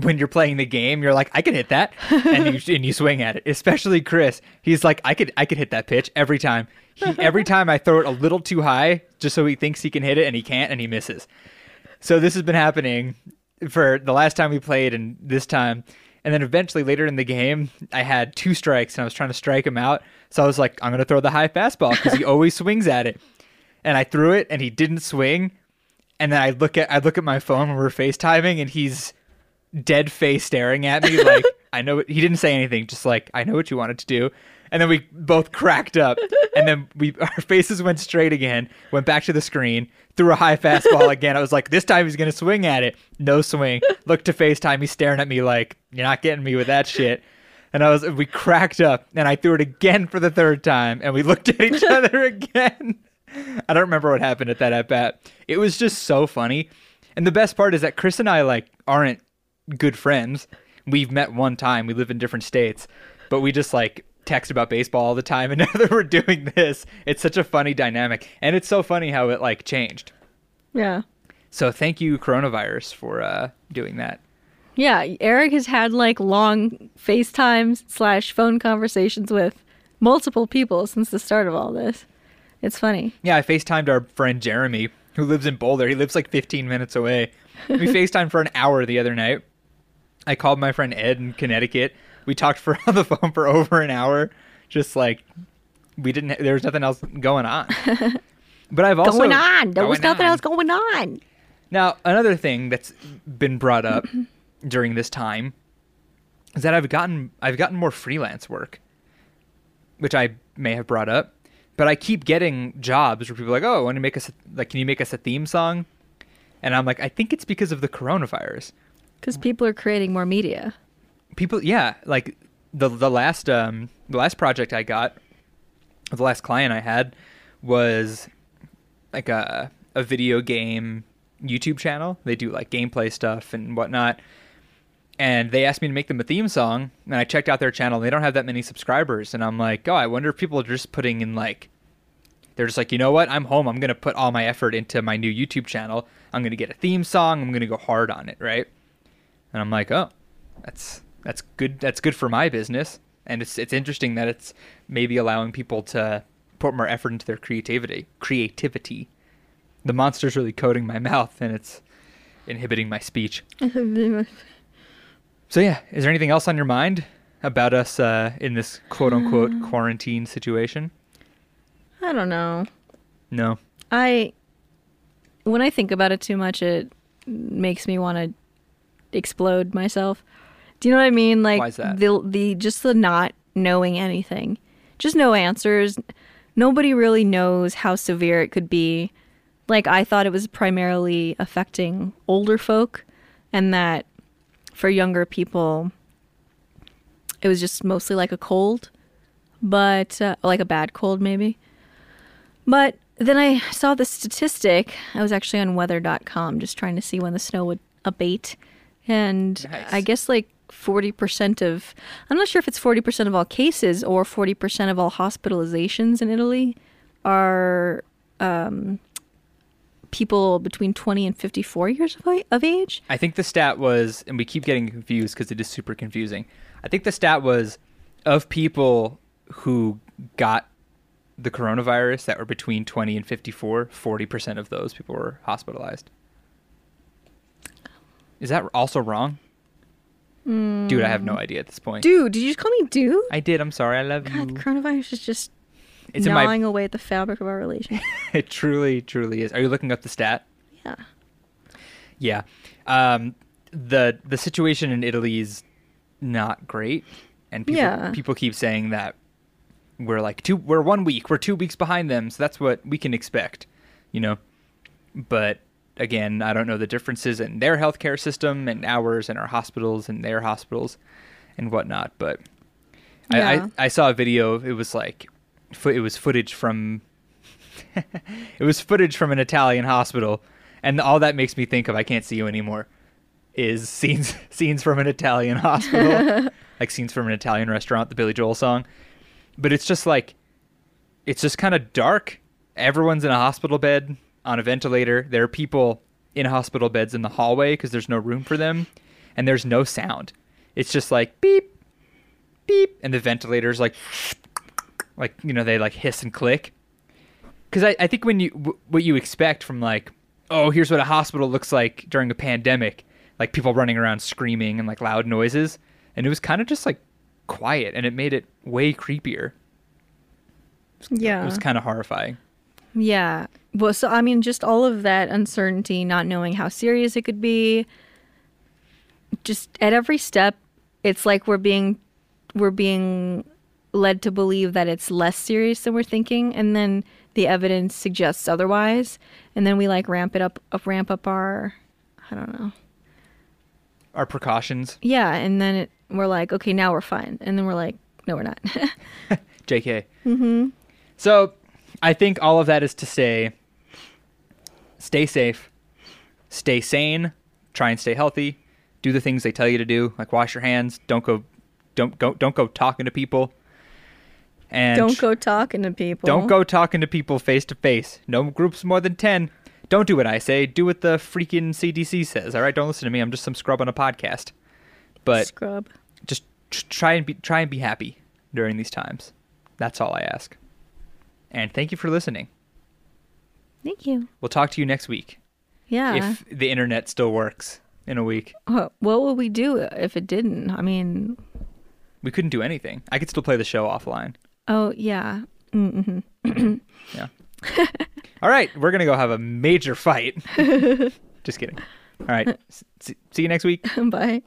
[SPEAKER 1] when you're playing the game, you're like, I can hit that, and you and you swing at it. Especially Chris, he's like, I could I could hit that pitch every time. He, every time I throw it a little too high, just so he thinks he can hit it, and he can't, and he misses. So this has been happening for the last time we played and this time. And then eventually later in the game, I had two strikes and I was trying to strike him out. So I was like, I'm going to throw the high fastball because he always swings at it. and I threw it and he didn't swing. And then I look at I look at my phone when we're FaceTiming and he's dead face staring at me like I know what, he didn't say anything, just like I know what you wanted to do. And then we both cracked up, and then we [LAUGHS] our faces went straight again. Went back to the screen, threw a high fastball again. I was like, this time he's gonna swing at it. No swing. Looked to FaceTime. He's staring at me like you're not getting me with that shit. And I was we cracked up, and I threw it again for the third time, and we looked at each other again. I don't remember what happened at that at bat. It was just so funny. And the best part is that Chris and I like aren't good friends. We've met one time. We live in different states, but we just like text about baseball all the time. And [LAUGHS] now that we're doing this, it's such a funny dynamic, and it's so funny how it like changed.
[SPEAKER 2] Yeah.
[SPEAKER 1] So thank you, coronavirus, for uh, doing that.
[SPEAKER 2] Yeah. Eric has had like long FaceTimes slash phone conversations with multiple people since the start of all this. It's funny.
[SPEAKER 1] Mm-hmm. Yeah, I FaceTimed our friend Jeremy, who lives in Boulder. He lives like 15 minutes away.
[SPEAKER 2] [LAUGHS]
[SPEAKER 1] We FaceTimed for an hour the other night. I called my friend Ed in Connecticut. We talked for [LAUGHS] on the phone for over an hour, just like we didn't. There was nothing else going
[SPEAKER 2] [LAUGHS]
[SPEAKER 1] on. But I've also
[SPEAKER 2] going on. There was
[SPEAKER 1] going
[SPEAKER 2] nothing
[SPEAKER 1] on.
[SPEAKER 2] else going on.
[SPEAKER 1] Now, another thing that's been brought up during this time is that I've gotten I've gotten more freelance work, which I may have brought up, but I keep getting jobs where people are like, "Oh, want to make us a- like can you make us a theme song?" And I'm like, "I think it's because of the coronavirus."
[SPEAKER 2] Because people are creating more [LAUGHS] media.
[SPEAKER 1] people yeah like the the last um the last project i got the last client i had was like a a video game youtube channel they do like gameplay stuff and whatnot and they asked me to make them a theme song and i checked out their channel and they don't have that many subscribers and i'm like oh i wonder if people are just putting in like they're just like you know what i'm home i'm going to put all my effort into my new youtube channel i'm going to get a theme song i'm going to go hard on it right and i'm like oh that's that's good that's good for my business and it's it's interesting that it's maybe allowing people to put more effort into their creativity creativity the monster's really coating my [LAUGHS] mouth and it's inhibiting my speech so yeah is there anything else on your mind about us uh, in this quote unquote quarantine situation
[SPEAKER 2] I don't know.
[SPEAKER 1] no
[SPEAKER 2] I when I think about it too much, it makes me want to explode myself. Do you know what I mean? Like
[SPEAKER 1] Why's that?
[SPEAKER 2] the the just the not knowing anything, just no answers. Nobody really knows how severe it could be. Like I thought it was primarily affecting older folk, and that for younger people, it was just mostly like a cold, but uh, like a bad cold maybe. But then I saw the statistic. I was actually on weather.com just trying to see when the snow would abate. And
[SPEAKER 1] Nice.
[SPEAKER 2] I guess like 40% of, I'm not sure if it's 40% of all cases or 40% of all hospitalizations in Italy are um, people between 20 and 54 years of, of age.
[SPEAKER 1] I think the stat was, and we keep getting confused because it is super confusing. I think the stat was of people who got the coronavirus that were between 20 and 54, 40% of those people were hospitalized. Is that also wrong? Dude, I have no idea at this point.
[SPEAKER 2] Mm. Dude, did you just call me dude?
[SPEAKER 1] I did. I'm sorry. I love
[SPEAKER 2] God,
[SPEAKER 1] you.
[SPEAKER 2] coronavirus is just
[SPEAKER 1] Mm. It's in my-
[SPEAKER 2] gnawing away at the fabric of our relationship.
[SPEAKER 1] [LAUGHS] It truly, truly is. Are you looking up the stat?
[SPEAKER 2] yeah.
[SPEAKER 1] Yeah. Um, the the situation in Italy is not great, and people
[SPEAKER 2] Yeah.
[SPEAKER 1] people keep saying that we're like two we're one week we're two weeks behind them, so that's what we can expect, you know. But again, I don't know the differences in their healthcare system and ours and our hospitals and their hospitals and whatnot. But I,
[SPEAKER 2] Yeah.
[SPEAKER 1] I I saw a video. It was like fo- it was footage from [LAUGHS] it was footage from an Italian hospital, and all that makes me think of "I Can't See You Anymore" is scenes [LAUGHS] scenes from an Italian hospital, like scenes from an Italian restaurant, the Billy Joel song. But it's just like, it's just kind of dark. Everyone's in a hospital bed on a ventilator. There are people in hospital beds in the hallway because there's no room for them, and there's no sound. It's just like beep, beep, and the ventilators like, like you know they like hiss and click because I, I think when you w- what you expect from like oh here's what a hospital looks like during a pandemic like people running around screaming and like loud noises and it was kind of just like quiet and it made it way creepier
[SPEAKER 2] Yeah.
[SPEAKER 1] it was kind of horrifying
[SPEAKER 2] Yeah. Well, so I mean, just all of that uncertainty, not knowing how serious it could be. Just at every step, it's like we're being we're being led to believe that it's less serious than we're thinking, and then the evidence suggests otherwise, and then we like ramp it up, up ramp up our, I don't know,
[SPEAKER 1] Our precautions,
[SPEAKER 2] yeah, and then it, we're like, okay, now we're fine, and then we're like, no, we're not. [LAUGHS]
[SPEAKER 1] JK. Mm-hmm. So I think all of that is to say stay safe, stay sane, try and stay healthy, do the things they tell you to do, like wash your hands, don't go don't go don't go talking to people. And
[SPEAKER 2] don't go talking to people.
[SPEAKER 1] don't go talking to people face to face. No groups more than 10. Don't do what I say. Do what the freaking CDC says. All right, don't listen to me. I'm just some scrub on a podcast. But
[SPEAKER 2] scrub.
[SPEAKER 1] just tr- try and be try and be happy during these times. That's all I ask. And thank you for listening.
[SPEAKER 2] Thank you.
[SPEAKER 1] We'll talk to you next week
[SPEAKER 2] Yeah.
[SPEAKER 1] if the internet still works in a week.
[SPEAKER 2] Wha- what would we do if it didn't? I mean,
[SPEAKER 1] We couldn't do anything. I could still play the show offline.
[SPEAKER 2] oh yeah. Mm-hmm. [LAUGHS]
[SPEAKER 1] Yeah. all right, we're going to go have a major fight. just kidding. All right. s- s- see you next week.
[SPEAKER 2] Bye.